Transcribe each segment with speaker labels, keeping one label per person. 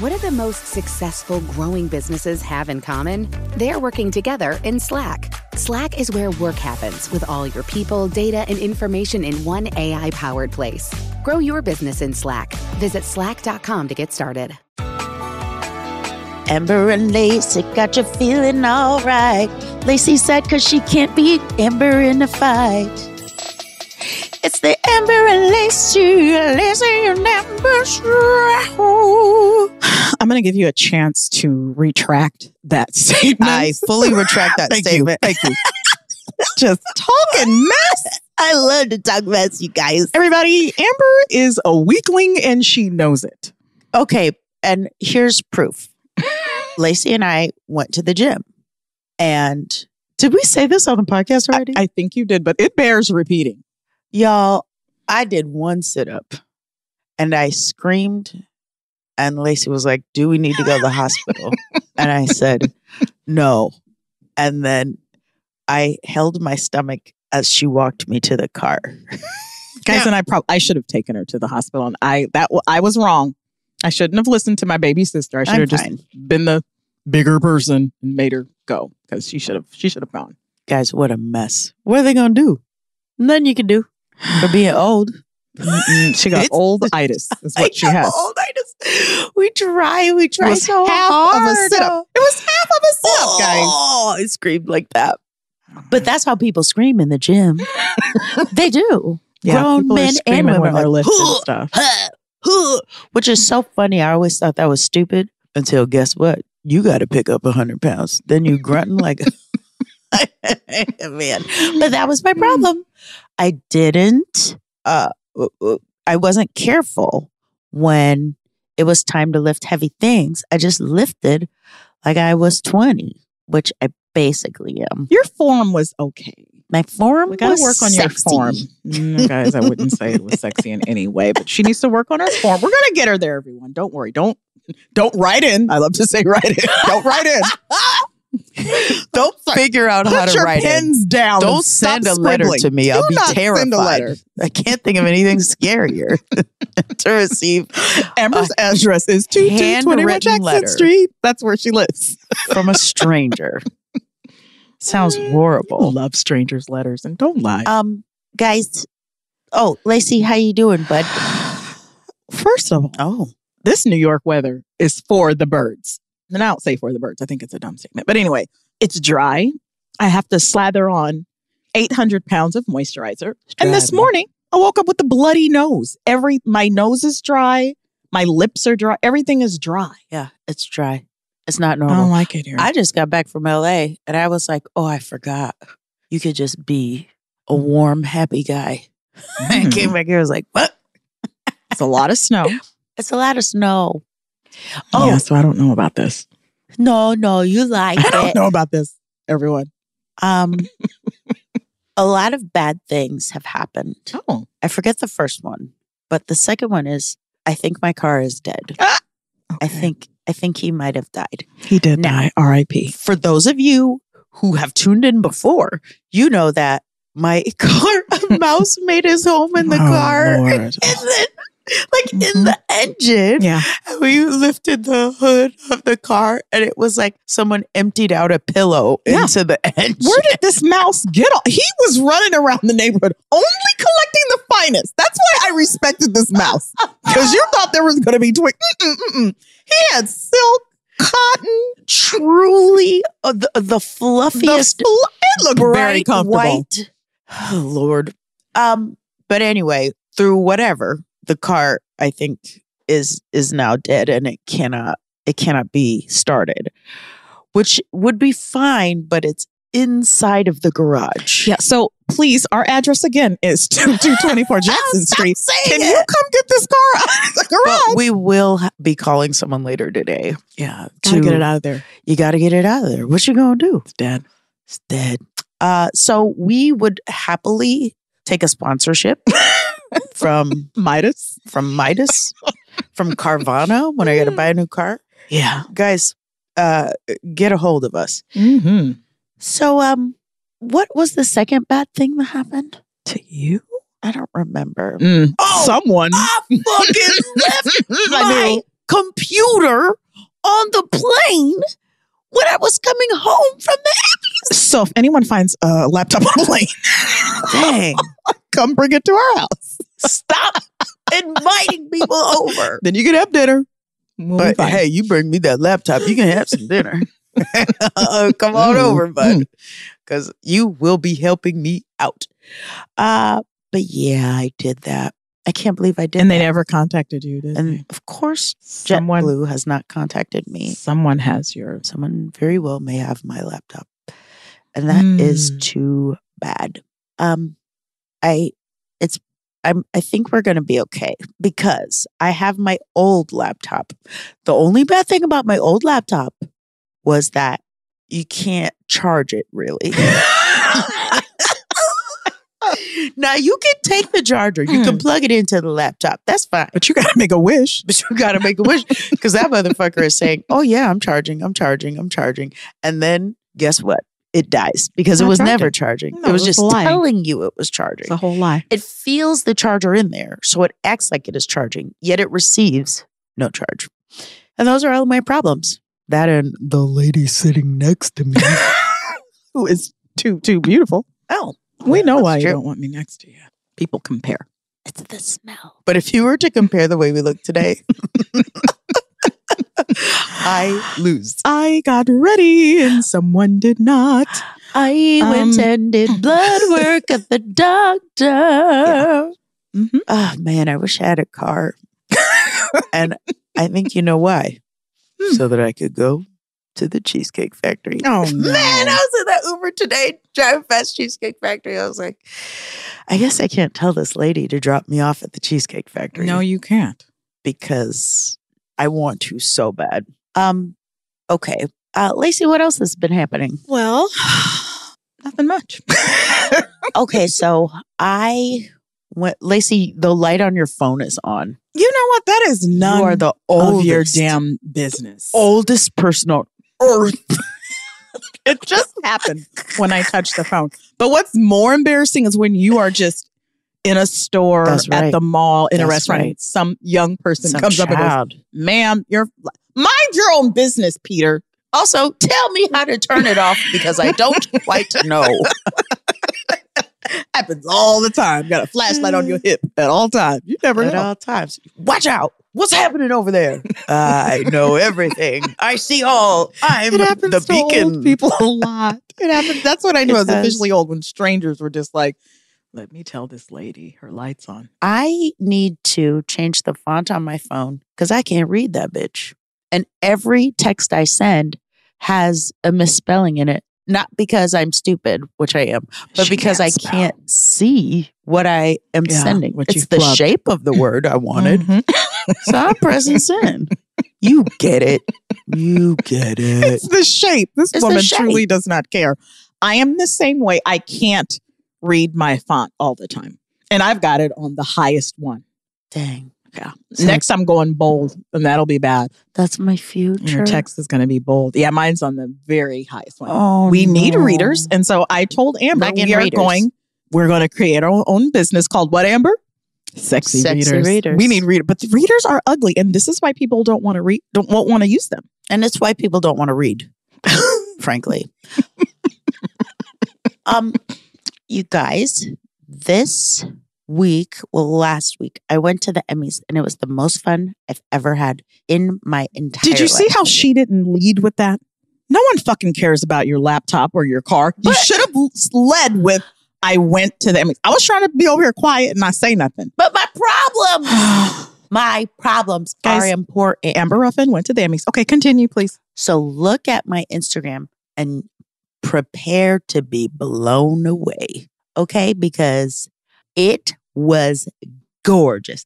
Speaker 1: What do the most successful growing businesses have in common? They're working together in Slack. Slack is where work happens with all your people, data, and information in one AI powered place. Grow your business in Slack. Visit slack.com to get started.
Speaker 2: Amber and Lacey got you feeling all right. Lacey sad because she can't beat Amber in a fight. It's the Amber and Lacey, Lacey and Amber show.
Speaker 3: I'm going to give you a chance to retract that statement.
Speaker 2: I fully retract that
Speaker 3: Thank you.
Speaker 2: statement.
Speaker 3: Thank you. Just talking mess.
Speaker 2: I love to talk mess, you guys.
Speaker 3: Everybody, Amber is a weakling and she knows it.
Speaker 2: Okay, and here's proof. Lacey and I went to the gym, and did we say this on the podcast
Speaker 3: I,
Speaker 2: already?
Speaker 3: I think you did, but it bears repeating.
Speaker 2: Y'all, I did one sit up and I screamed. And Lacey was like, Do we need to go to the hospital? and I said, No. And then I held my stomach as she walked me to the car.
Speaker 3: Guys, and I probably I should have taken her to the hospital and I that w- I was wrong. I shouldn't have listened to my baby sister. I should
Speaker 2: I'm
Speaker 3: have just
Speaker 2: fine.
Speaker 3: been the bigger person and made her go cuz she should have she should have gone.
Speaker 2: Guys, what a mess. What are they going to do? Nothing you can do for being old.
Speaker 3: Mm-mm. She got
Speaker 2: It's-
Speaker 3: old itis is what she has.
Speaker 2: Old, I just, we try, we try
Speaker 3: was
Speaker 2: so
Speaker 3: half of
Speaker 2: hard. uh,
Speaker 3: a sit-up. It was half of a sit up, guys.
Speaker 2: Oh, I screamed like that. But that's how people scream in the gym. they do. grown
Speaker 3: people are
Speaker 2: men and
Speaker 3: screaming
Speaker 2: women
Speaker 3: when
Speaker 2: are
Speaker 3: they're
Speaker 2: like,
Speaker 3: lifting
Speaker 2: "Huh,
Speaker 3: stuff.
Speaker 2: Which is so funny. I always thought that was stupid until guess what? You got to pick up 100 pounds. Then you grunting like, man. But that was my
Speaker 3: Mm.
Speaker 2: problem. I didn't, uh, w- w- I wasn't careful when it was time to lift heavy things. I just lifted like I was 20, which I basically am.
Speaker 3: Your form was okay.
Speaker 2: My form
Speaker 3: We gotta
Speaker 2: was
Speaker 3: work on
Speaker 2: sexy.
Speaker 3: your form. Mm, guys, I wouldn't say it was sexy in any way, but she needs to work on her form. We're gonna get her there, everyone. Don't worry. Don't don't write in. I love to say write in. Don't write in.
Speaker 2: Don't
Speaker 3: Sorry.
Speaker 2: figure out how
Speaker 3: Put
Speaker 2: to
Speaker 3: your
Speaker 2: write it.
Speaker 3: pens down. and
Speaker 2: Don't
Speaker 3: stop
Speaker 2: send a letter
Speaker 3: scribbling.
Speaker 2: to me. I'll
Speaker 3: Do
Speaker 2: be
Speaker 3: not
Speaker 2: terrified.
Speaker 3: Send a letter.
Speaker 2: I can't think of anything scarier to receive
Speaker 3: Amber's address is two two twenty one
Speaker 2: Uh, handwritten
Speaker 3: Jackson
Speaker 2: letter.
Speaker 3: Street. That's where she lives.
Speaker 2: from a stranger. Sounds horrible.
Speaker 3: Love strangers' letters and don't lie.
Speaker 2: Um, guys. Oh, Lacey, how you doing, bud?
Speaker 3: First of all,
Speaker 2: Oh,
Speaker 3: this New York weather is for the birds. And I don't say for the birds. I think it's a dumb statement. But anyway, it's dry. I have to slather on 800 pounds of moisturizer. And this
Speaker 2: driving.
Speaker 3: morning, I woke up with a bloody nose. Every my nose is dry. My lips are dry. Everything is dry.
Speaker 2: yeah, it's dry. It's not
Speaker 3: I don't
Speaker 2: normal.
Speaker 3: like it here.
Speaker 2: I just got back from LA and I was like, oh, I forgot. You could just be a warm, happy guy. I came back here. I was like, what?
Speaker 3: it's a lot of snow.
Speaker 2: It's a lot of snow.
Speaker 3: Oh,
Speaker 2: Oh
Speaker 3: yeah, so I don't know about this.
Speaker 2: no, no, you like
Speaker 3: I don't
Speaker 2: it.
Speaker 3: know about this. Everyone.
Speaker 2: Um, a lot of bad things have happened.
Speaker 3: Oh,
Speaker 2: I forget the first one, but the second one is I think my car is dead. I think I think he might have died.
Speaker 3: he did
Speaker 2: Now-
Speaker 3: die. R.I.P.
Speaker 2: For those of you who have tuned in before, you know that my car a mouse made his home in the
Speaker 3: Oh,
Speaker 2: car.
Speaker 3: Lord.
Speaker 2: And then like in
Speaker 3: Mhm.
Speaker 2: the engine.
Speaker 3: yeah.
Speaker 2: We lifted the hood of the car and it was like someone emptied out a pillow
Speaker 3: Yeah.
Speaker 2: into the engine.
Speaker 3: Where did this mouse get off? He was running around the neighborhood only collecting the finest. That's why I mm, respected this mouse because you thought there was going to be twig. Mm-mm, mm-mm. He had silk mitten.
Speaker 2: Truly uh, the, the fluffiest,
Speaker 3: The fl- it looked very
Speaker 2: bright
Speaker 3: comfortable.
Speaker 2: white. Oh, Lord. Um, but anyway, through whatever the car, I think is is now dead, and it cannot it cannot be started, which would be fine, but it's inside of the garage.
Speaker 3: Yeah. So please, our address again is 224 Jackson Street. Can you come get this car out of the
Speaker 2: But
Speaker 3: garage?
Speaker 2: we will ha- be calling someone later today. Yeah,
Speaker 3: Gotta get it out of there.
Speaker 2: You got to get it out of there. What you gonna do?
Speaker 3: It's dead.
Speaker 2: It's dead. Uh, so we would happily take a sponsorship from
Speaker 3: Midas.
Speaker 2: from Midas, from Carvana when I got to buy a new car.
Speaker 3: Yeah.
Speaker 2: Guys, uh, get a hold of us.
Speaker 3: Mm-hmm.
Speaker 2: So, um, what was the second bad thing that happened to you? I don't remember. Oh,
Speaker 3: Mm, Someone.
Speaker 2: I fucking left my computer on the plane when I was coming home from the
Speaker 3: So if anyone finds a laptop on a plane,
Speaker 2: dang.
Speaker 3: come bring it to our house.
Speaker 2: Stop inviting people over.
Speaker 3: Then you can have dinner. We'll be
Speaker 2: But
Speaker 3: fine.
Speaker 2: hey, you bring me that laptop, you can have some dinner. Uh, come on
Speaker 3: Mm,
Speaker 2: over, bud,
Speaker 3: mm.
Speaker 2: because you will be helping me out. Uh, but yeah, I did that. I can't believe I did.
Speaker 3: and they
Speaker 2: that.
Speaker 3: never contacted you, did
Speaker 2: And
Speaker 3: they?
Speaker 2: of course,
Speaker 3: Someone-
Speaker 2: JetBlue has not contacted me.
Speaker 3: Someone has your
Speaker 2: Someone very well may have my laptop, and that is
Speaker 3: Mm.
Speaker 2: too bad. Um, I, it's, I'm, I think we're gonna be okay because I have my old laptop. The only bad thing about my old laptop was that you can't charge it really. now you can take the charger, you can
Speaker 3: Hmm.
Speaker 2: plug it into the laptop. That's fine
Speaker 3: But you gotta make a wish.
Speaker 2: but you gotta make a wish because that motherfucker is saying, "Oh yeah, I'm charging, I'm charging, I'm charging," and then guess what? It dies because it
Speaker 3: Not
Speaker 2: was
Speaker 3: charging.
Speaker 2: never charging.
Speaker 3: No,
Speaker 2: it was,
Speaker 3: it was
Speaker 2: just
Speaker 3: lying.
Speaker 2: telling you it was charging.
Speaker 3: It's a whole lie.
Speaker 2: it feels the charger in there, so it acts like it is charging, yet it receives no charge. And those are all my problems. That and the lady sitting next to me.
Speaker 3: Who is too too beautiful.
Speaker 2: oh,
Speaker 3: We know why you
Speaker 2: true.
Speaker 3: don't want me next to you. People compare.
Speaker 2: it's the smell. But if you were to compare the way we look today, I lose.
Speaker 3: I got ready and someone did not.
Speaker 2: I
Speaker 3: Um,
Speaker 2: went and did blood work at the doctor.
Speaker 3: Mm-hmm.
Speaker 2: Oh man, I wish I had a car. and I think you know why.
Speaker 3: Hmm.
Speaker 2: So that I could go to the Cheesecake Factory.
Speaker 3: Oh,
Speaker 2: man,
Speaker 3: no.
Speaker 2: I was in that Uber today driving past Cheesecake Factory. I was like, I guess I can't tell this lady to drop me off at the Cheesecake Factory
Speaker 3: No, you can't.
Speaker 2: because I want to so bad. Um, okay. Uh, Lacey, what else has been happening?
Speaker 3: Well, nothing much.
Speaker 2: okay, so I went, Lacey, the light on your phone is on.
Speaker 3: you know what? That is none
Speaker 2: you are the
Speaker 3: of
Speaker 2: oldest,
Speaker 3: your damn business.
Speaker 2: oldest person on earth.
Speaker 3: It just happened when I touched the phone. But what's more embarrassing is when you are just in a store,
Speaker 2: That's
Speaker 3: at
Speaker 2: right.
Speaker 3: the mall, in a
Speaker 2: That's
Speaker 3: restaurant,
Speaker 2: right.
Speaker 3: and some young person comes up and goes,
Speaker 2: child.
Speaker 3: ma'am, you're mind your own business, Peter.
Speaker 2: Also, tell me how to turn it off because I don't quite know.
Speaker 3: Happens all the time. Got a flashlight on your
Speaker 2: Mm.
Speaker 3: hip at all times. You never
Speaker 2: At
Speaker 3: know.
Speaker 2: all times. Watch out. What's happening over there? I know everything. I see all. I'm
Speaker 3: It happens
Speaker 2: the
Speaker 3: to
Speaker 2: beacon.
Speaker 3: old people a lot. It happens. That's what I knew
Speaker 2: It
Speaker 3: I was
Speaker 2: does.
Speaker 3: officially old when strangers were just like, "Let me tell this lady her lights on."
Speaker 2: I need to change the font on my phone because I can't read that bitch. And every text I send has a misspelling in it. Not because I'm stupid, which I am, but
Speaker 3: She
Speaker 2: because I
Speaker 3: spell.
Speaker 2: can't see what I am
Speaker 3: Yeah,
Speaker 2: sending.
Speaker 3: what
Speaker 2: it's
Speaker 3: you've
Speaker 2: the
Speaker 3: flubbed.
Speaker 2: shape of the word I wanted.
Speaker 3: Mhm.
Speaker 2: so I'm pressing send. You get it. You get it.
Speaker 3: it's the shape. This
Speaker 2: It's the
Speaker 3: woman
Speaker 2: shape.
Speaker 3: truly does not care. I am the same way. I can't read my font all the time. And I've got it on the highest one.
Speaker 2: Dang.
Speaker 3: Yeah.
Speaker 2: So-
Speaker 3: Next, I'm going bold, and that'll be bad.
Speaker 2: That's my future.
Speaker 3: Your text is going to be bold. Yeah, mine's on the very highest one.
Speaker 2: Oh,
Speaker 3: we need
Speaker 2: no.
Speaker 3: readers. And so I told Amber,
Speaker 2: Back in
Speaker 3: we are
Speaker 2: readers.
Speaker 3: going, we're going to create our own business called what, Amber? Sexy,
Speaker 2: Sexy readers.
Speaker 3: We need readers. But the readers are ugly. And this is why people don't want to read, don't want to use them.
Speaker 2: And it's why people don't want to read, frankly. um, you guys, this week, well, last week, I went to the Emmys and it was the most fun I've ever had in my entire
Speaker 3: Did you see
Speaker 2: life.
Speaker 3: how she didn't lead with that? No one fucking cares about your laptop or your car. You
Speaker 2: But-
Speaker 3: should have l- led with, I went to the Emmys. I was trying to be over here quiet and not say nothing.
Speaker 2: But my problems, my problems
Speaker 3: Guys.
Speaker 2: are important.
Speaker 3: Amber Ruffin went to the Emmys. Okay, continue, please.
Speaker 2: So look at my Instagram and prepare to be blown away. Okay? Because it was gorgeous.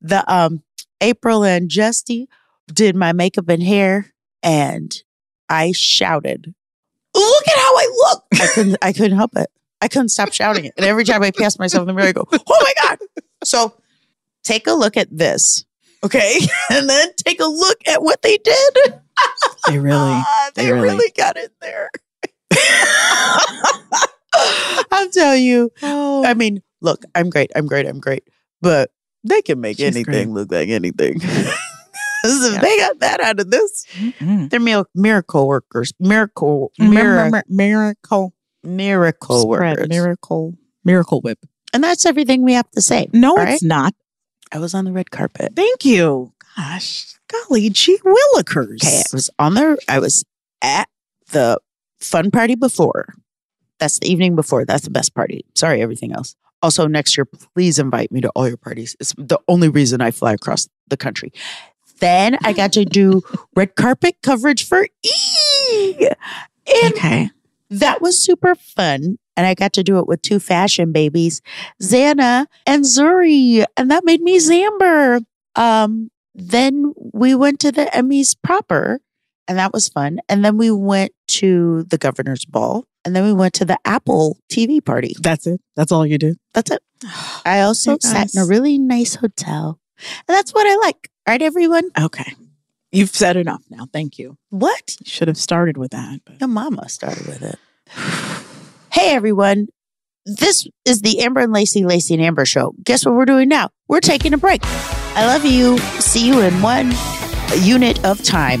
Speaker 2: The um April and Justy did my makeup and hair and I shouted, "Look at how I look." I couldn't I couldn't help it. I couldn't stop shouting it. And every time I passed myself in the mirror, I go, "Oh my god." So take a look at this. Okay? And then take a look at what they did.
Speaker 3: They really.
Speaker 2: Ah,
Speaker 3: They
Speaker 2: they
Speaker 3: really-
Speaker 2: really. got in there. I'm telling you.
Speaker 3: Oh.
Speaker 2: I mean, look, I'm great. I'm great. I'm great. But they can make
Speaker 3: She's
Speaker 2: anything look like anything. So if They got that out of this.
Speaker 3: Mm-mm.
Speaker 2: They're mil- miracle workers. Miracle.
Speaker 3: Mir-
Speaker 2: Miracle.
Speaker 3: mir- Miracle.
Speaker 2: Miracle
Speaker 3: spread,
Speaker 2: workers.
Speaker 3: Miracle. Miracle whip.
Speaker 2: and that's everything we have to say.
Speaker 3: No,
Speaker 2: all
Speaker 3: it's not.
Speaker 2: I was on the red carpet.
Speaker 3: Thank you. Gosh. Golly, gee willikers.
Speaker 2: Okay, I was on the I was at the fun party before. That's the evening before. That's the best party. Sorry, everything else. Also, next year, please invite me to all your parties. It's the only reason I fly across the country. Then I got to do red carpet coverage for E. And
Speaker 3: Okay.
Speaker 2: that was super fun. And I got to do it with two fashion babies, Xana and Zuri. And that made me Zamber. Um, then we went to the Emmys proper, and that was fun. And then we went to the governor's ball, and then we went to the Apple TV party.
Speaker 3: That's it. That's all you did.
Speaker 2: That's it. I also
Speaker 3: You
Speaker 2: sat in a
Speaker 3: guys.
Speaker 2: really nice hotel. And that's what I like. All right, everyone?
Speaker 3: Okay. You've said enough now. Thank you.
Speaker 2: What?
Speaker 3: You should have started with that. but-
Speaker 2: Your mama started with it. Hey, everyone. This is the Amber and Lacey, Lacey and Amber show. Guess what we're doing now? We're taking a break. I love you. See you in one unit of time.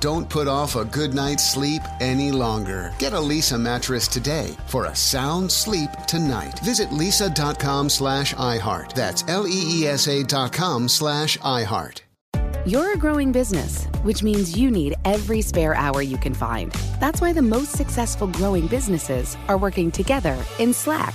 Speaker 4: Don't put off a good night's sleep any longer. Get a Lisa mattress today for a sound sleep tonight. Visit lisa.com slash iHeart. That's L E E S A dot com slash iHeart.
Speaker 1: You're a growing business, which means you need every spare hour you can find. That's why the most successful growing businesses are working together in Slack.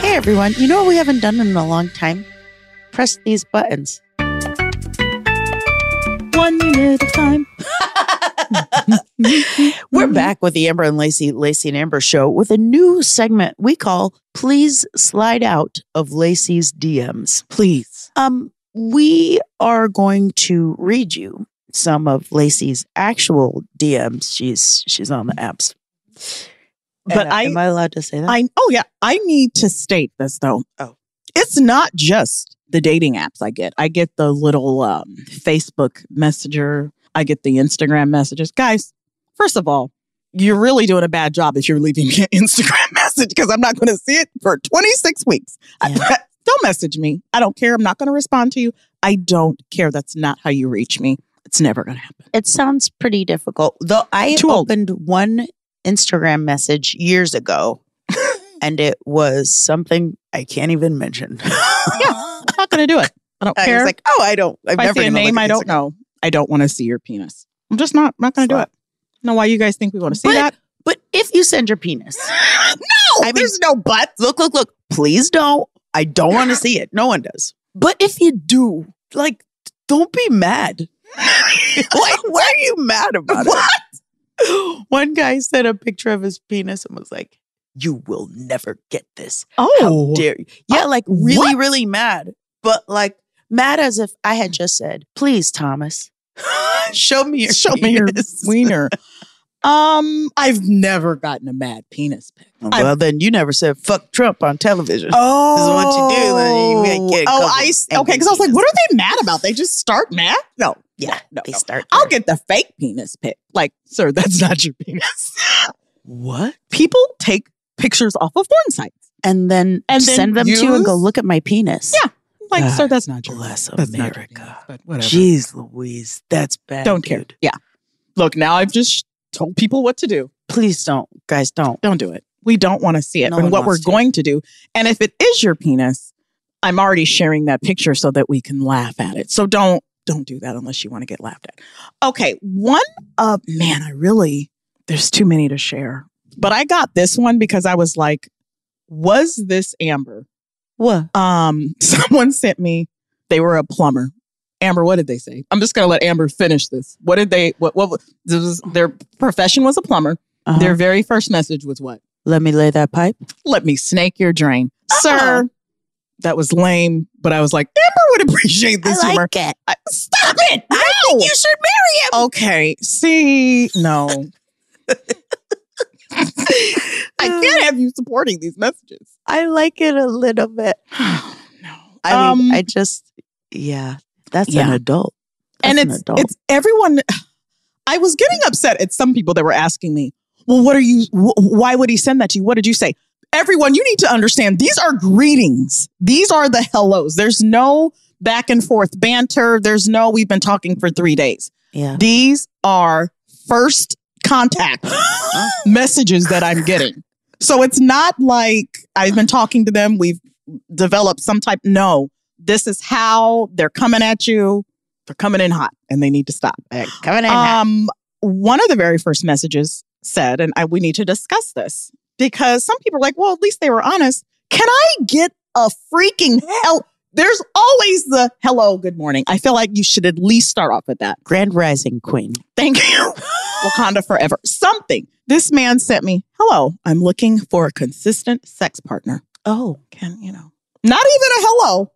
Speaker 2: Hey, everyone. You know what we haven't done in a long time? Press these buttons.
Speaker 3: One unit of time. We're back with the Amber and Lacey, Lacey and Amber show with a new segment we call Please Slide Out of Lacey's DMs.
Speaker 2: Please.
Speaker 3: Um, we are going to read you some of Lacey's actual DMs. She's she's on the apps.
Speaker 2: But
Speaker 3: And, uh,
Speaker 2: I-
Speaker 3: am I allowed to say that?
Speaker 2: I oh yeah, I need to state this though.
Speaker 3: Oh.
Speaker 2: It's not just the dating apps I get. I get the little um, Facebook messenger. I get the Instagram messages. Guys, first of all, you're really doing a bad job if you're leaving me an Instagram message because I'm not going to see it for 26 weeks. I-
Speaker 3: Yeah.
Speaker 2: don't message me. I don't care. I'm not going to respond to you. I don't care. That's not how you reach me. It's never going to happen.
Speaker 3: it sounds pretty difficult. Though I
Speaker 2: Too old.
Speaker 3: opened one Instagram message years ago and it was something I can't even mention.
Speaker 2: Yeah, I'm not going to do it. I don't
Speaker 3: I
Speaker 2: care.
Speaker 3: was like, oh, I don't. I've
Speaker 2: if I
Speaker 3: never
Speaker 2: see a
Speaker 3: gonna look
Speaker 2: name
Speaker 3: at
Speaker 2: I
Speaker 3: this
Speaker 2: don't
Speaker 3: again.
Speaker 2: know, I don't want to see your penis. I'm just not not going to do
Speaker 3: Slut.
Speaker 2: it. Know why you guys think we want to see
Speaker 3: But-
Speaker 2: that?
Speaker 3: But if you send your penis,
Speaker 2: no,
Speaker 3: mean-
Speaker 2: there's no but.
Speaker 3: look, look, look. Please don't. I don't want to see it. No one does. But if you do, like, don't be mad. like, why are you mad about it? One guy sent a picture of his penis and was like, "You will never get this. How
Speaker 2: Oh,
Speaker 3: dare you?" Yeah, like really,
Speaker 2: what?
Speaker 3: really mad. But like mad as if I had just said, "Please, Thomas, show me your
Speaker 2: show me your
Speaker 3: penis."
Speaker 2: wiener. Um, I've never gotten a mad penis pic.
Speaker 3: Oh, Well, then you never said "fuck Trump" on television.
Speaker 2: Oh,
Speaker 3: what you do, then you may get a
Speaker 2: oh,
Speaker 3: couple
Speaker 2: I s-
Speaker 3: angry
Speaker 2: okay. Because I was like,
Speaker 3: penises.
Speaker 2: what are they mad about? They just start mad. No,
Speaker 3: yeah,
Speaker 2: no,
Speaker 3: they
Speaker 2: no.
Speaker 3: start.
Speaker 2: I'll
Speaker 3: there.
Speaker 2: get the fake penis pic. Like, sir, that's not your penis.
Speaker 3: what?
Speaker 2: People take pictures off of porn sites.
Speaker 3: and then
Speaker 2: And then
Speaker 3: send them to you and go
Speaker 2: use-
Speaker 3: look at my penis.
Speaker 2: Yeah. Like,
Speaker 3: God
Speaker 2: sir, that's not your.
Speaker 3: bless
Speaker 2: that's not your
Speaker 3: America.
Speaker 2: penis, but whatever.
Speaker 3: Jeez Louise, that's bad.
Speaker 2: don't care.
Speaker 3: dude.
Speaker 2: Yeah. Look, now I've just told people what to do.
Speaker 3: Please don't, guys. Don't.
Speaker 2: Don't do it. We don't want to see it.
Speaker 3: No one
Speaker 2: and what we're
Speaker 3: wants to.
Speaker 2: going to do, and if it is your penis, I'm already sharing that picture so that we can laugh at it. So don't don't do that unless you want to get laughed at. Okay, one uh man, I really there's too many to share. But I got this one because I was like, was this Amber?
Speaker 3: What?
Speaker 2: um someone sent me they were a plumber amber what did they say i'm just gonna let amber finish this what did they what what this was, their profession was a plumber
Speaker 3: Uh-huh.
Speaker 2: their very first message was what
Speaker 3: Let me lay that pipe.
Speaker 2: let me snake your drain
Speaker 3: Uh-huh.
Speaker 2: sir that was lame but i was like amber would appreciate this humor
Speaker 3: it.
Speaker 2: I- stop it no!
Speaker 3: You should marry him.
Speaker 2: okay see no i can't have you supporting these messages
Speaker 3: I like it a little bit.
Speaker 2: no
Speaker 3: I mean,
Speaker 2: Um,
Speaker 3: I just, yeah, that's an
Speaker 2: yeah.
Speaker 3: adult. That's
Speaker 2: and
Speaker 3: an
Speaker 2: it's
Speaker 3: adult.
Speaker 2: it's everyone. I was getting upset at some people that were asking me, "Well, what are you? Wh- why would he send that to you? What did you say?" Everyone, you need to understand. These are greetings. These are the hellos. There's no back and forth banter. There's no we've been talking for three days.
Speaker 3: yeah.
Speaker 2: These are first contact messages that I'm getting. So it's not like I've been talking to them. We've developed some type. No, this is how they're coming at you. They're coming in hot and they need to stop.
Speaker 3: Coming in. hot.
Speaker 2: Um, one of the very first messages said, and I, we need to discuss this because some people are like, well, at least they were honest. Can I get a freaking hell? There's always the hello, good morning. I feel like you should at least start off with that.
Speaker 3: Grand Rising Queen.
Speaker 2: Thank you. Wakanda forever. Something. This man sent me, hello, I'm looking for a consistent sex partner.
Speaker 3: Oh,
Speaker 2: Can, you know, not even a hello.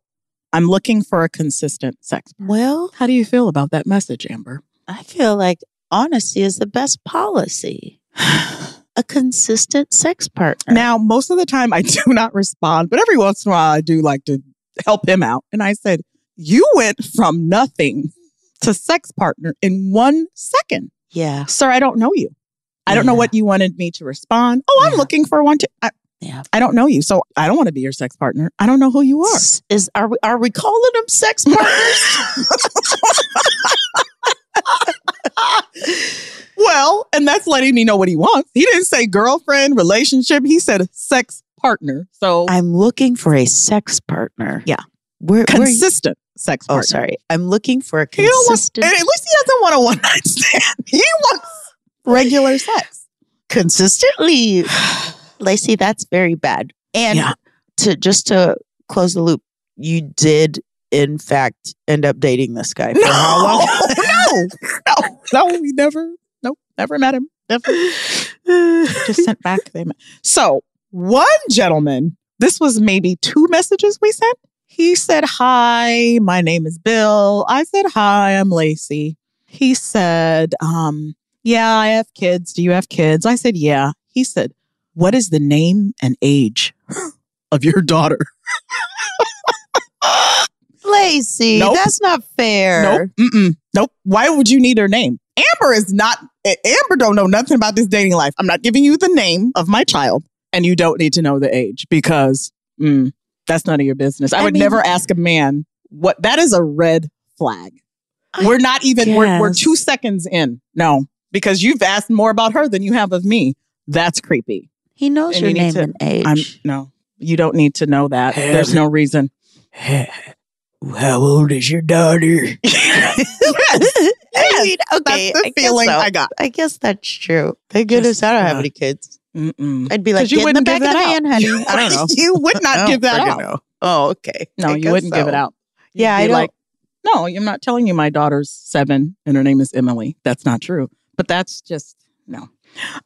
Speaker 2: I'm looking for a consistent sex.
Speaker 3: well,
Speaker 2: How do you feel about that message, Amber?
Speaker 3: I feel like honesty is the best policy. A consistent sex partner.
Speaker 2: Now, most of the time I do not respond, but every once in a while I do like to help him out. And I said, You went from nothing to sex partner in one second.
Speaker 3: yeah.
Speaker 2: Sir, I don't know you. I don't know
Speaker 3: Yeah.
Speaker 2: what you wanted me to respond. Oh, I'm
Speaker 3: Yeah.
Speaker 2: looking for one to. I,
Speaker 3: Yeah.
Speaker 2: I don't know you, so I don't want to be your sex partner. I don't know who you are.
Speaker 3: S- Is are we are we calling them sex partners?
Speaker 2: well, and that's letting me know what he wants. He didn't say girlfriend, relationship. He said sex partner. So
Speaker 3: I'm looking for a sex partner.
Speaker 2: Yeah.
Speaker 3: Where, where you-
Speaker 2: consistent sex
Speaker 3: Oh,
Speaker 2: partner.
Speaker 3: sorry. I'm looking for a
Speaker 2: He don't want, and
Speaker 3: consistent
Speaker 2: at least he doesn't want a one night stand. He wants regular sex.
Speaker 3: consistently. Lacey, that's very bad. And
Speaker 2: Yeah.
Speaker 3: to just to close the loop, you did in fact end up dating this guy for how long?
Speaker 2: no, no, no. We never Nope. Never met him. Just sent back. They met. So one gentleman, this was maybe two messages we sent. He said, Hi, my name is Bill. I said, Hi, I'm Lacey. He said, um, Yeah, I have kids. Do you have kids? I said, Yeah. He said, What is the name and age of your daughter?
Speaker 3: Lacey,
Speaker 2: Nope.
Speaker 3: that's not fair.
Speaker 2: Nope. Mm-mm. Nope. Why would you need her name? Amber is not. A- Amber don't know nothing about this dating life. I'm not giving you the name of my child, and you don't need to know the age because mm, that's none of your business. I,
Speaker 3: I
Speaker 2: would
Speaker 3: mean-
Speaker 2: never ask a man what. That is a red flag.
Speaker 3: I
Speaker 2: we're not even. We're, we're
Speaker 3: guess.
Speaker 2: two seconds in. No, because you've asked more about her than you have of me. That's creepy.
Speaker 3: He knows
Speaker 2: And
Speaker 3: your
Speaker 2: you need
Speaker 3: name
Speaker 2: to-
Speaker 3: and age.
Speaker 2: I'm no. You don't need to know that. There's no reason. How old is your daughter?
Speaker 3: I mean, okay,
Speaker 2: That's the
Speaker 3: I guess
Speaker 2: feeling
Speaker 3: so.
Speaker 2: I got.
Speaker 3: I guess that's true. Thank goodness
Speaker 2: Just,
Speaker 3: I don't have
Speaker 2: uh,
Speaker 3: any kids.
Speaker 2: Mm-mm.
Speaker 3: I'd be like,
Speaker 2: 'Cause you
Speaker 3: get in the
Speaker 2: wouldn't
Speaker 3: back
Speaker 2: give
Speaker 3: of the
Speaker 2: that out.
Speaker 3: van, honey.
Speaker 2: You-
Speaker 3: I don't know.
Speaker 2: you would not
Speaker 3: I don't
Speaker 2: give that
Speaker 3: freaking
Speaker 2: out.
Speaker 3: know. Oh, okay.
Speaker 2: No,
Speaker 3: I
Speaker 2: you
Speaker 3: guess
Speaker 2: wouldn't give
Speaker 3: so.
Speaker 2: it out. You'd
Speaker 3: Yeah,
Speaker 2: be
Speaker 3: I don't.
Speaker 2: like, no, I'm not telling you my daughter's seven and her name is Emily. That's not true. But that's just no.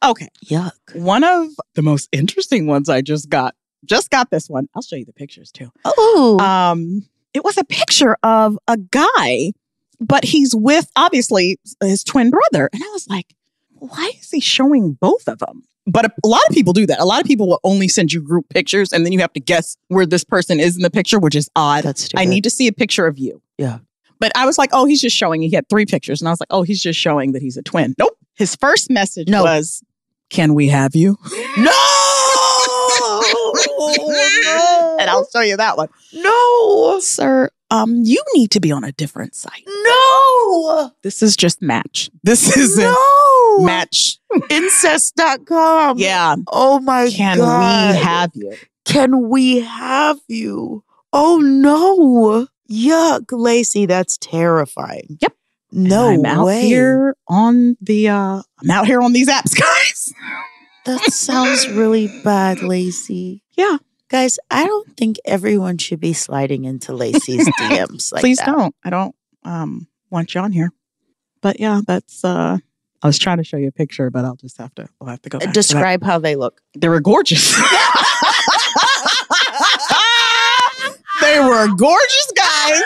Speaker 2: Okay.
Speaker 3: Yuck.
Speaker 2: One of the most interesting ones I just got. Just got this one. I'll show you the pictures too.
Speaker 3: Oh,
Speaker 2: Um, it was a picture of a guy, but he's with obviously his twin brother. And I was like, why is he showing both of them? But a, a lot of people do that. A lot of people will only send you group pictures and then you have to guess where this person is in the picture, which is odd.
Speaker 3: that's stupid.
Speaker 2: I need to see a picture of you.
Speaker 3: Yeah.
Speaker 2: But I was like, oh, he's just showing. He had three pictures. And I was like, oh, he's just showing that he's a twin. Nope. His first message
Speaker 3: No.
Speaker 2: was, can we have you?
Speaker 3: no. no.
Speaker 2: and I'll show you that one.
Speaker 3: no.
Speaker 2: Sir, um, you need to be on a different site.
Speaker 3: No.
Speaker 2: This is just match. This isn't
Speaker 3: No.
Speaker 2: match.
Speaker 3: Incest.com.
Speaker 2: Yeah.
Speaker 3: Oh my
Speaker 2: Can
Speaker 3: God.
Speaker 2: we have you?
Speaker 3: Can we have you? Oh no. Yuck, Lacey, that's terrifying.
Speaker 2: Yep.
Speaker 3: No
Speaker 2: I'm out
Speaker 3: way.
Speaker 2: here on the uh I'm out here on these apps, guys.
Speaker 3: That sounds really bad, Lacey.
Speaker 2: Yeah.
Speaker 3: Guys, I don't think everyone should be sliding into Lacey's DMs like
Speaker 2: Please
Speaker 3: that.
Speaker 2: don't. I don't um want you on here. But yeah, that's uh I was trying to show you a picture, but I'll just have to we'll have to go. back to that.
Speaker 3: Uh, Describe how they look.
Speaker 2: they were gorgeous. they were gorgeous guys.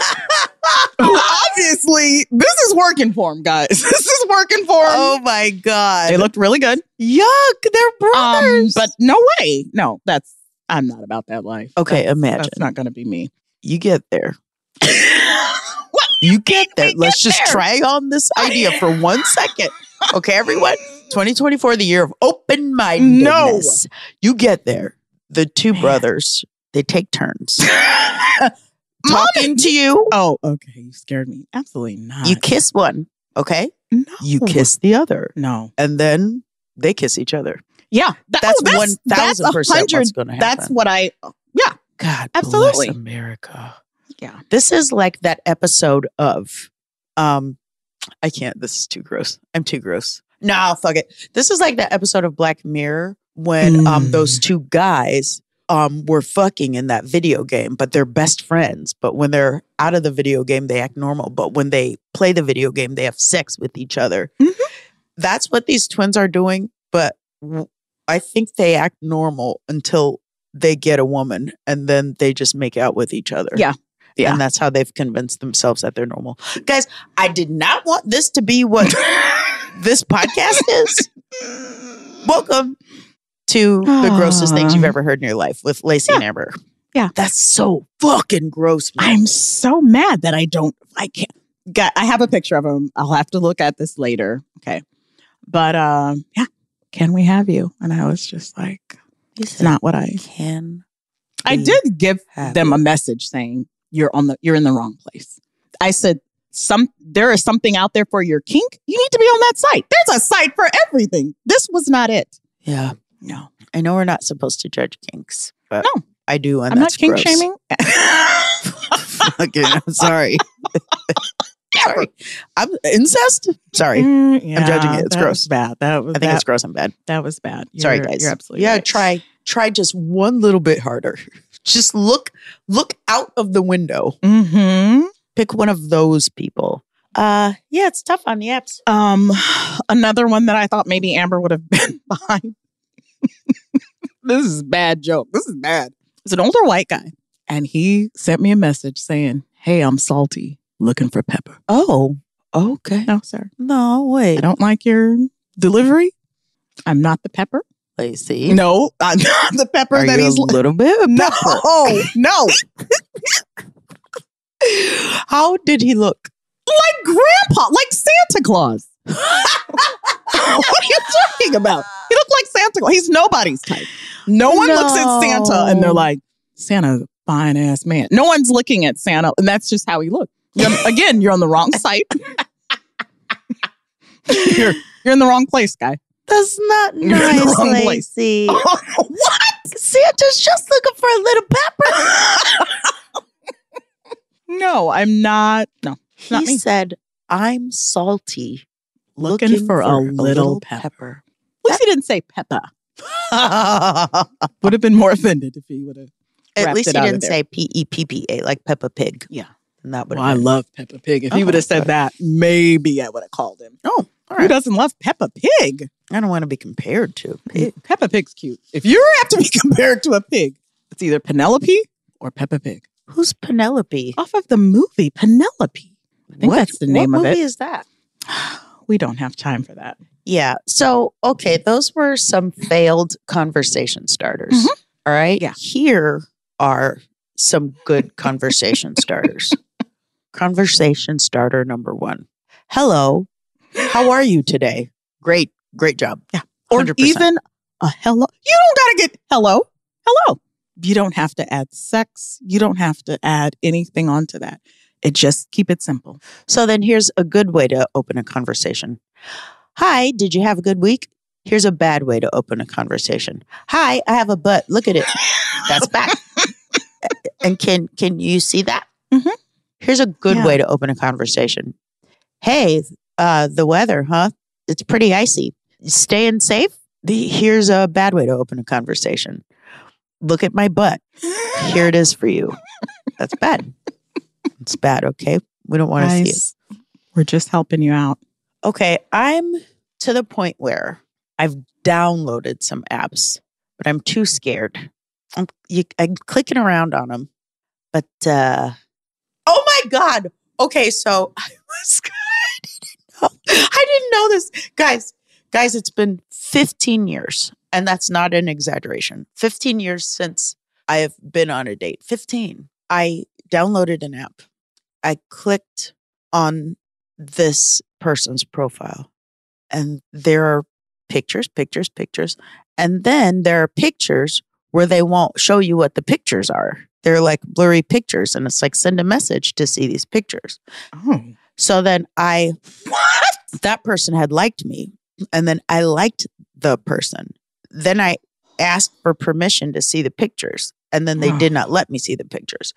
Speaker 2: who obviously this is working for them, guys. This is working for them.
Speaker 3: Oh my god.
Speaker 2: they looked really good.
Speaker 3: Yuck, they're
Speaker 2: Um,
Speaker 3: brothers.
Speaker 2: but no way. No, that's I'm not about that life.
Speaker 3: okay, imagine.
Speaker 2: That's not going to be me.
Speaker 3: you get there.
Speaker 2: what?
Speaker 3: You get there.
Speaker 2: We
Speaker 3: Let's
Speaker 2: get
Speaker 3: just
Speaker 2: there.
Speaker 3: try on this idea for one second. Okay, everyone. 2024, the year of open mindedness. You get there. The two
Speaker 2: Man.
Speaker 3: brothers, they take turns
Speaker 2: Mommy-
Speaker 3: talking to you.
Speaker 2: Oh, okay. You scared me. Absolutely not.
Speaker 3: You kiss one, okay?
Speaker 2: No.
Speaker 3: You kiss the other.
Speaker 2: No.
Speaker 3: And then they kiss each other.
Speaker 2: Yeah. That-
Speaker 3: That's
Speaker 2: oh,
Speaker 3: one
Speaker 2: that's
Speaker 3: thousand percent
Speaker 2: 100.
Speaker 3: what's gonna happen.
Speaker 2: That's what I.
Speaker 3: God
Speaker 2: Absolutely.
Speaker 3: bless America.
Speaker 2: Yeah.
Speaker 3: This is like that episode of um I can't this is too gross. I'm too gross. No, fuck it. This is like that episode of Black Mirror when um
Speaker 2: Mm.
Speaker 3: those two guys um were fucking in that video game, but they're best friends. But when they're out of the video game, they act normal. But when they play the video game, they have sex with each other.
Speaker 2: Mhm.
Speaker 3: That's what these twins are doing, but w- I think they act normal until they get a woman and then they just make out with each other.
Speaker 2: Yeah. Yeah.
Speaker 3: And that's how they've convinced themselves that they're normal. Guys, I did not want this to be what this podcast is. Welcome to the grossest things you've
Speaker 2: Aw.
Speaker 3: ever heard in your life with Lacey and Amber.
Speaker 2: Yeah.
Speaker 3: That's so fucking gross. man.
Speaker 2: I'm so mad that I don't. I can't. Got. I have a picture of him. I'll have to look at this later. Okay. But um, yeah. Can we have you? And I was just like,
Speaker 3: You
Speaker 2: it's
Speaker 3: said
Speaker 2: not what I.
Speaker 3: can.
Speaker 2: I
Speaker 3: be
Speaker 2: did give
Speaker 3: happy.
Speaker 2: them a message saying you're on the you're in the wrong place. I said some there is something out there for your kink. You need to be on that site. There's a site for everything. This was not it.
Speaker 3: Yeah.
Speaker 2: No,
Speaker 3: I know we're not supposed to judge kinks, but
Speaker 2: No.
Speaker 3: I do. And
Speaker 2: I'm not
Speaker 3: that's
Speaker 2: kink
Speaker 3: gross.
Speaker 2: shaming.
Speaker 3: Okay, I'm sorry. sorry. Mm-hmm. I'm incest. Sorry.
Speaker 2: Mm, yeah,
Speaker 3: judging it. It's
Speaker 2: that
Speaker 3: gross.
Speaker 2: was bad. That was
Speaker 3: I think
Speaker 2: that,
Speaker 3: it's gross and bad.
Speaker 2: that was bad.
Speaker 3: Sorry,
Speaker 2: You're-
Speaker 3: guys.
Speaker 2: You're absolutely
Speaker 3: yeah,
Speaker 2: right.
Speaker 3: try try just one little bit harder. Just look look out of the window.
Speaker 2: Mm-hmm.
Speaker 3: Pick one of those people.
Speaker 2: Uh, yeah, it's tough on yaps.
Speaker 3: Um, another one that I thought maybe Amber would have been behind. this is a bad joke. This is bad. It's an older white guy, and he sent me a message saying, "Hey, I'm salty, looking for pepper."
Speaker 2: Oh, okay.
Speaker 3: No, sir,
Speaker 2: No, wait.
Speaker 3: I don't like your delivery. I'm not the pepper.
Speaker 2: Lacey.
Speaker 3: No, I'm not the pepper
Speaker 2: Are
Speaker 3: that
Speaker 2: you
Speaker 3: he's.
Speaker 2: a little bit.
Speaker 3: no,
Speaker 2: pepper?
Speaker 3: no.
Speaker 2: How did he look?
Speaker 3: like grandpa, like Santa Claus. what are you talking about? He looked like Santa Claus. He's nobody's type. No one looks at Santa and they're
Speaker 2: No.
Speaker 3: like, Santa's a fine ass man. No one's looking at Santa, and that's just how he looked. You're- again, you're on the wrong site. you're, you're in the wrong place, guy.
Speaker 2: That's not
Speaker 3: You're in the
Speaker 2: nice,
Speaker 3: wrong place.
Speaker 2: Lacey.
Speaker 3: what?
Speaker 2: Santa's just looking for a little pepper.
Speaker 3: No, I'm not. No.
Speaker 2: He
Speaker 3: Not me.
Speaker 2: said, "I'm salty,
Speaker 3: Looking for a little pepper." At least he didn't say Peppa.
Speaker 2: pepper.
Speaker 3: Would have been more offended if he would have.
Speaker 2: At
Speaker 3: Wrapped
Speaker 2: least
Speaker 3: it
Speaker 2: he
Speaker 3: out of
Speaker 2: didn't
Speaker 3: there.
Speaker 2: say P E P P A like Peppa Pig.
Speaker 3: Yeah.
Speaker 2: and that would.
Speaker 3: Well, I love Peppa Pig. If he
Speaker 2: Oh,
Speaker 3: would have said
Speaker 2: okay.
Speaker 3: that, maybe I would have called him.
Speaker 2: Oh, all
Speaker 3: Who
Speaker 2: right.
Speaker 3: doesn't love Peppa Pig?
Speaker 2: I don't want to be compared to a pig.
Speaker 3: Peppa Pig's cute. If you have to be compared to a pig, it's either Penelope or Peppa Pig.
Speaker 2: Who's Penelope?
Speaker 3: Off of the movie Penelope. I think that's the name
Speaker 2: what
Speaker 3: of
Speaker 2: movie
Speaker 3: it.
Speaker 2: is that?
Speaker 3: We don't have time for that.
Speaker 2: Yeah. So, okay, those were some failed conversation starters.
Speaker 3: Mhm.
Speaker 2: All right.
Speaker 3: Yeah.
Speaker 2: Here are some good conversation starters. Conversation starter number one Hello, how are you today? Great, great job.
Speaker 3: Yeah.
Speaker 2: Or
Speaker 3: Or
Speaker 2: even,
Speaker 3: even a hello. You don't gotta get hello. Hello. You don't have to add sex. You don't have to add anything onto that. It just keep it simple.
Speaker 2: so then here's a good way to open a conversation. Hi, did you have a good week? Here's a bad way to open a conversation. Hi, I have a butt. Look at it. That's back. and can can you see that?
Speaker 3: Mhm.
Speaker 2: Here's a good
Speaker 3: Yeah.
Speaker 2: way to open a conversation. Hey, uh, the weather, huh? It's pretty icy. Staying safe. The, here's a bad way to open a conversation. Look at my butt. Here it is for you. That's bad. It's bad. Okay, we don't want to see it
Speaker 3: Guys, We're just helping you out.
Speaker 2: okay, I'm to the point where I've downloaded some apps, but I'm too scared. I'm, you, I'm clicking around on them, but uh, oh my god! Okay, so I was I didn't know, I didn't know this, guys. Guys, it's been 15 years, and that's not an exaggeration. 15 years since I have been on a date. 15. I downloaded an app. I clicked on this person's profile. And there are pictures, pictures, pictures. And then there are pictures where they won't show you what the pictures are. They're like blurry pictures. And it's like, send a message to see these pictures.
Speaker 3: Oh.
Speaker 2: So then I, that person had liked me. And then I liked the person. Then I asked for permission to see the pictures. And then they did not let me see the pictures.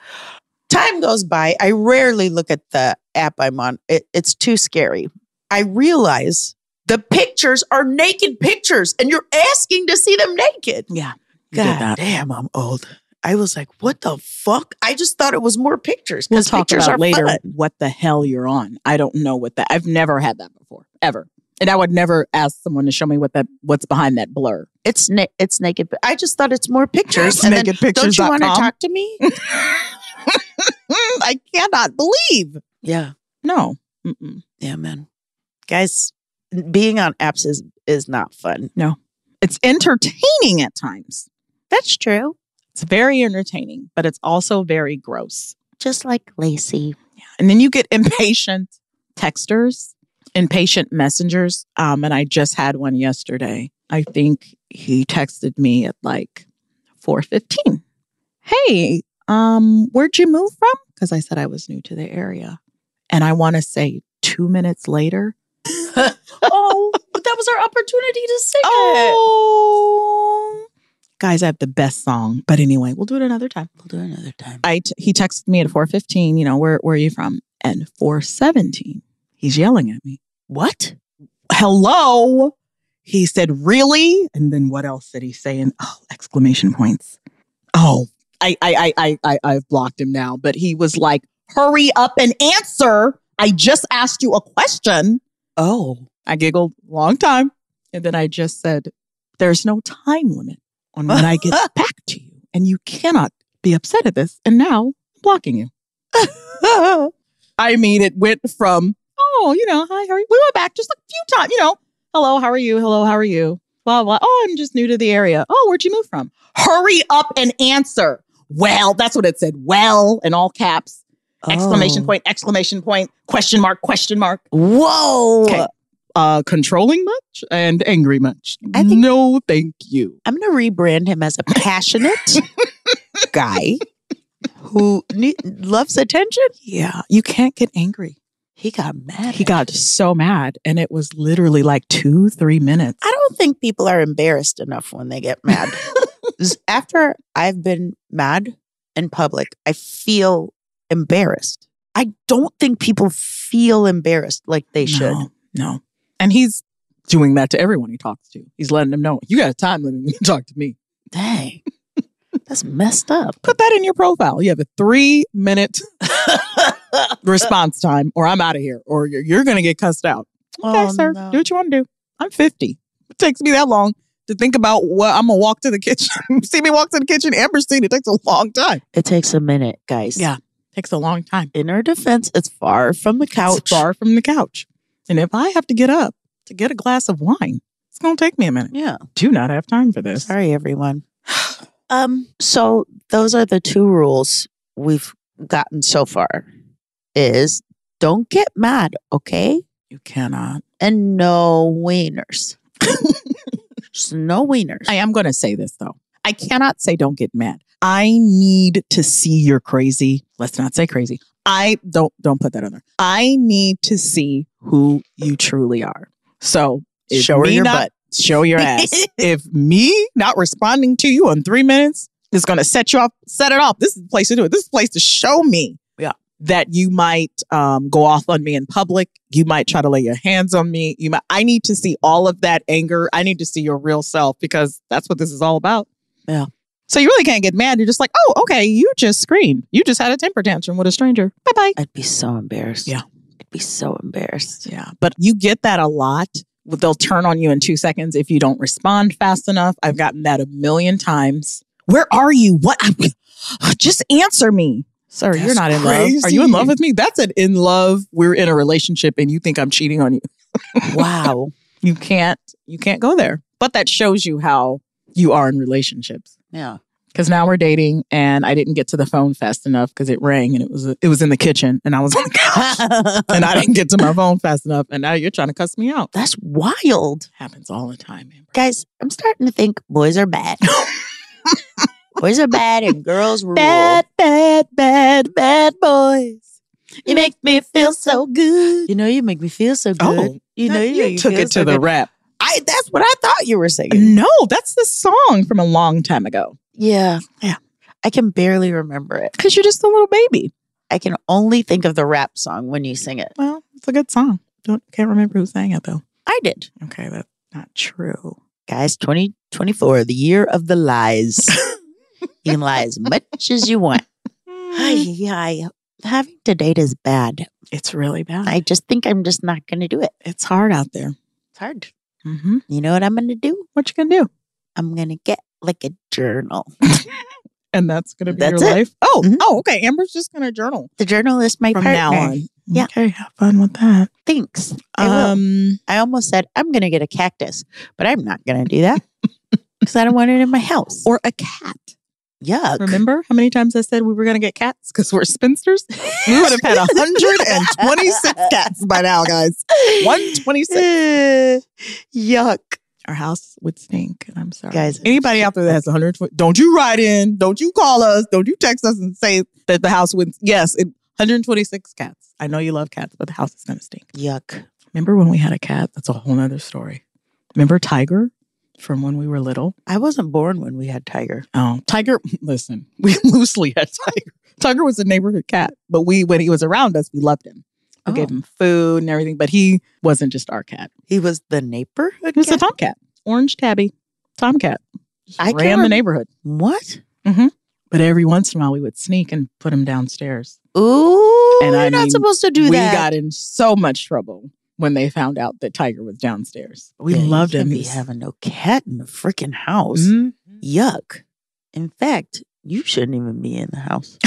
Speaker 2: Time goes by. I rarely look at the app I'm on, it, it's too scary. I realize the pictures are naked pictures and you're asking to see them naked.
Speaker 3: Yeah. you did
Speaker 2: God
Speaker 3: that.
Speaker 2: damn, I'm old. I was like, what the fuck? I just thought it was more pictures.
Speaker 3: We'll
Speaker 2: 'cause
Speaker 3: talk
Speaker 2: pictures
Speaker 3: about
Speaker 2: are
Speaker 3: later
Speaker 2: fun.
Speaker 3: what the hell you're on. I don't know what that. I've never had that before, ever. And I would never ask someone to show me what that what's behind that blur.
Speaker 2: It's na- it's naked. pi- I just thought it's more pictures. and then, don't you
Speaker 3: Nakedpictures.com.
Speaker 2: want to talk "Mm, to me?
Speaker 3: I cannot believe.
Speaker 2: yeah,
Speaker 3: No. Mm-mm.
Speaker 2: yeah, man. Guys, being on apps is is not fun.
Speaker 3: It's entertaining at times.
Speaker 2: That's true.
Speaker 3: It's very entertaining, but it's also very gross.
Speaker 2: Just like Lacey.
Speaker 3: And then you get impatient texters, impatient messengers. Um, and I just had one yesterday. I think he texted me at like 4:15. Hey, um, where'd you move from? Because I said I was new to the area. And I want to say two minutes later.
Speaker 2: oh, but that was our opportunity to sing it.
Speaker 3: Oh, guys, I have the best song. But anyway, we'll do it another time.
Speaker 2: We'll do it another time.
Speaker 3: I t- he texted me at 4:15, you know, where where are you from? And 4:17, he's yelling at me.
Speaker 2: What?
Speaker 3: Hello. He said, "Really?" And then what else did he say? And oh, exclamation points. Oh, I I I I I I've blocked him now, but he was like, "Hurry up and answer.
Speaker 2: I just asked you a question.
Speaker 3: Oh,
Speaker 2: I giggled long time. And then I just said, There's no time limit on when I get back to you. And you cannot be upset at this. And now I'm blocking you. I mean, it went from, Oh, you know, hi, how are you? We went back just a few times, you know, hello, how are you? Hello, how are you? Blah, blah. Oh, I'm just new to the area. Oh, where'd you move from? Hurry up and answer. Well, that's what it said. Well, in all caps exclamation
Speaker 3: Oh.
Speaker 2: point exclamation point question mark question mark
Speaker 3: Whoa.
Speaker 2: Okay. uh controlling much and angry much
Speaker 3: I think-
Speaker 2: no thank you
Speaker 3: I'm going to rebrand him as a passionate guy who ne- loves attention.
Speaker 2: yeah you can't get angry
Speaker 3: He got mad.
Speaker 2: he
Speaker 3: at
Speaker 2: got
Speaker 3: you.
Speaker 2: so mad and it was literally like two three minutes
Speaker 3: I don't think people are embarrassed enough when they get mad. Z- After I've been mad in public, I feel embarrassed. I don't think people feel embarrassed like they should.
Speaker 2: no, no and he's doing that to everyone he talks to he's letting them know you got a time limit when you talk to me
Speaker 3: Dang. That's messed up.
Speaker 2: put that in your profile you have a three minute response time or i'm out of here or you're, you're gonna get cussed out Okay,
Speaker 3: Oh,
Speaker 2: sir.
Speaker 3: no.
Speaker 2: Do what you want to do. I'm 50. It takes me that long to think about what I'm gonna walk to the kitchen. See me walk to the kitchen and proceed. It takes a long time.
Speaker 3: It takes a minute, guys.
Speaker 2: Yeah. Takes a long time.
Speaker 3: In her defense, it's far from the couch.
Speaker 2: It's far from the couch. And if I have to get up to get a glass of wine, it's gonna take me a minute.
Speaker 3: Yeah.
Speaker 2: Do not have time for this.
Speaker 3: Sorry, everyone. Um, so those are the two rules we've gotten so far is don't get mad, okay?
Speaker 2: You cannot.
Speaker 3: And no wieners. Just no wieners.
Speaker 2: I am gonna say this though. I cannot say don't get mad. I need to see you're crazy. Let's not say crazy. I don't don't put that on there. I need to see who you truly are. So if
Speaker 3: Show her
Speaker 2: me
Speaker 3: your
Speaker 2: not-
Speaker 3: butt.
Speaker 2: Show your ass. if me not responding to you in three minutes is going to set you off, set it off. This is the place to do it. This is the place to show me
Speaker 3: Yeah.
Speaker 2: that you might um, go off on me in public. You might try to lay your hands on me. You might. I need to see all of that anger. I need to see your real self because that's what this is all about.
Speaker 3: Yeah.
Speaker 2: So you really can't get mad. You're just like, oh, okay. You just screamed. You just had a temper tantrum with a stranger. Bye bye.
Speaker 3: I'd be so embarrassed.
Speaker 2: Yeah.
Speaker 3: I'd be so embarrassed.
Speaker 2: Yeah, but you get that a lot. They'll turn on you in two seconds if you don't respond fast enough. I've gotten that a million times. Where are you? What? Just answer me. Sir, you're
Speaker 3: That's
Speaker 2: not in love. Are you
Speaker 3: crazy.
Speaker 2: in love with me? That's an in love. We're in a relationship and you think I'm cheating on you.
Speaker 3: Wow.
Speaker 2: You can't you can't go there. But that shows you how you are in relationships.
Speaker 3: Yeah.
Speaker 2: Cuz now we're dating and I didn't get to the phone fast enough cuz it rang and it was it was in the kitchen and I was on the couch and I didn't get to my phone fast enough and now you're trying to cuss me out.
Speaker 3: That's wild.
Speaker 2: happens all the time. Amber.
Speaker 3: Guys, I'm starting to think boys are bad. boys are bad and girls rule.
Speaker 2: bad, bad, bad boys.
Speaker 3: You make me feel so good. You know, you make me feel so
Speaker 2: Oh,
Speaker 3: good. you know,
Speaker 2: you,
Speaker 3: make me
Speaker 2: took
Speaker 3: feel
Speaker 2: it to
Speaker 3: so
Speaker 2: the
Speaker 3: good.
Speaker 2: rap.
Speaker 3: I. That's what I thought you were singing.
Speaker 2: No, that's the song from a long time ago.
Speaker 3: Yeah,
Speaker 2: Yeah.
Speaker 3: I can barely remember it.
Speaker 2: Because you're just a little baby.
Speaker 3: I can only think of the rap song when you sing it.
Speaker 2: Well, it's a good song. Don't can't remember who sang it though.
Speaker 3: I did,
Speaker 2: Okay, that's not true.
Speaker 3: guys. Twenty twenty four, the year of the lies. you can lie as much as you want. Yeah, having to date is bad.
Speaker 2: it's really bad.
Speaker 3: I just think I'm just not going to do it.
Speaker 2: it's hard out there.
Speaker 3: It's hard.
Speaker 2: Mm-hmm.
Speaker 3: You know what I'm going to do?
Speaker 2: What you gonna do?
Speaker 3: I'm going to get like a journal.
Speaker 2: And that's gonna be
Speaker 3: That's
Speaker 2: your
Speaker 3: it.
Speaker 2: life. Oh,
Speaker 3: Mhm.
Speaker 2: oh, okay. Amber's just gonna journal
Speaker 3: The journal is my
Speaker 2: from
Speaker 3: partner.
Speaker 2: now on.
Speaker 3: Yeah.
Speaker 2: Okay, have fun with that.
Speaker 3: Thanks. I will.
Speaker 2: Um,
Speaker 3: I almost said I'm going to get a cactus, but I'm not going to do that because I don't want it in my house.
Speaker 2: or a cat.
Speaker 3: Yuck.
Speaker 2: Remember how many times I said we were going to get cats because we're spinsters? We would have had 126 cats by now, guys. 126.
Speaker 3: Uh, yuck.
Speaker 2: Our house would stink. And I'm sorry.
Speaker 3: Guys,
Speaker 2: anybody out there that has 120, don't you write in. Don't you call us. Don't you text us and say that the house would, yes, it, 126 cats. I know you love cats, but the house is going to stink.
Speaker 3: Yuck.
Speaker 2: Remember when we had a cat? That's a whole nother story. Remember Tiger from when we were little?
Speaker 3: I wasn't born when we had Tiger.
Speaker 2: Oh, Tiger, listen, we loosely had Tiger. Tiger was a neighborhood cat, but we, when he was around us, we loved him.
Speaker 3: Oh.
Speaker 2: We gave him food and everything, but he wasn't just our cat.
Speaker 3: He was the neighborhood
Speaker 2: He was a
Speaker 3: cat?
Speaker 2: tomcat, orange tabby, tomcat.
Speaker 3: I can't
Speaker 2: ran the
Speaker 3: rem-
Speaker 2: neighborhood.
Speaker 3: What?
Speaker 2: But every once in a while, we would sneak and put him downstairs.
Speaker 3: Ooh.
Speaker 2: You're
Speaker 3: And I
Speaker 2: not
Speaker 3: mean,
Speaker 2: supposed to do
Speaker 3: we
Speaker 2: that.
Speaker 3: got in so much trouble when they found out that Tiger was downstairs. We
Speaker 2: Yeah, you
Speaker 3: loved
Speaker 2: can't
Speaker 3: him.
Speaker 2: Be
Speaker 3: He's-
Speaker 2: having no cat in the freaking house.
Speaker 3: Mhm.
Speaker 2: Yuck. In fact, you shouldn't even be in the house.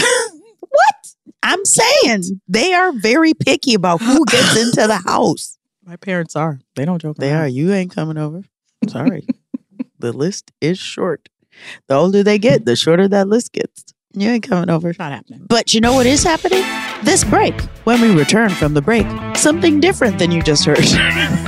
Speaker 2: what? I'm saying they are very picky about who gets into the house.
Speaker 3: My parents are. They don't joke.
Speaker 2: They
Speaker 3: around.
Speaker 2: are. You ain't coming over. Sorry. the list is short. The older they get, the shorter that list gets. You ain't coming over.
Speaker 3: Not happening.
Speaker 2: But you know what is happening? This break. When we return from the break, something different than you just heard.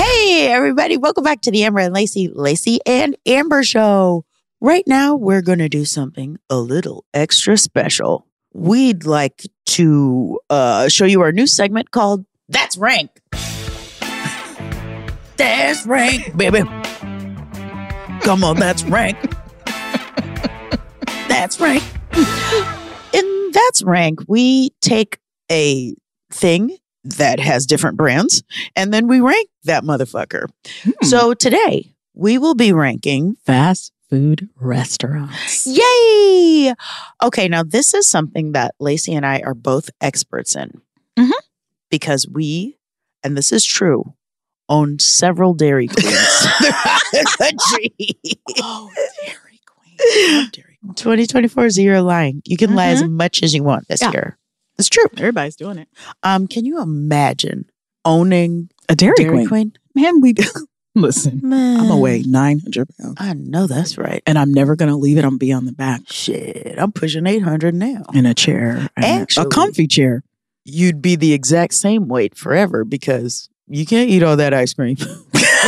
Speaker 2: Hey, everybody, welcome back to the Amber and Lacey, Lacey and Amber Show. Right now, we're going to do something a little extra special. We'd like to uh, show you our new segment called That's Rank. That's Rank, baby. Come on, that's Rank. That's Rank. In That's Rank, we take a thing that has different brands and then we rank that motherfucker.
Speaker 3: So
Speaker 2: So today we will be ranking.
Speaker 3: fast food restaurants.
Speaker 2: Yay! Okay, now this is something that Lacey and I are both experts in
Speaker 3: Mhm.
Speaker 2: because we, and this is true, own several Dairy Queens throughout the country.
Speaker 3: Oh, Dairy Queen. Love Dairy Queen.
Speaker 2: 2024 is a year of lying. You can lie as much as you want this
Speaker 3: Yeah.
Speaker 2: year. It's true.
Speaker 3: Everybody's doing it.
Speaker 2: Um, can you imagine owning
Speaker 3: A Dairy, Queen.
Speaker 2: Dairy,
Speaker 3: Mm.
Speaker 2: Queen?
Speaker 3: Man, we listen. I'm gonna weigh 900 pounds,
Speaker 2: I know that's right.
Speaker 3: and I'm never gonna leave it. I'm gonna be on the back
Speaker 2: Shit, I'm pushing 800 now.
Speaker 3: in a chair, and
Speaker 2: Actually-
Speaker 3: a comfy chair.
Speaker 2: you'd be the exact same weight forever because you can't eat all that ice cream.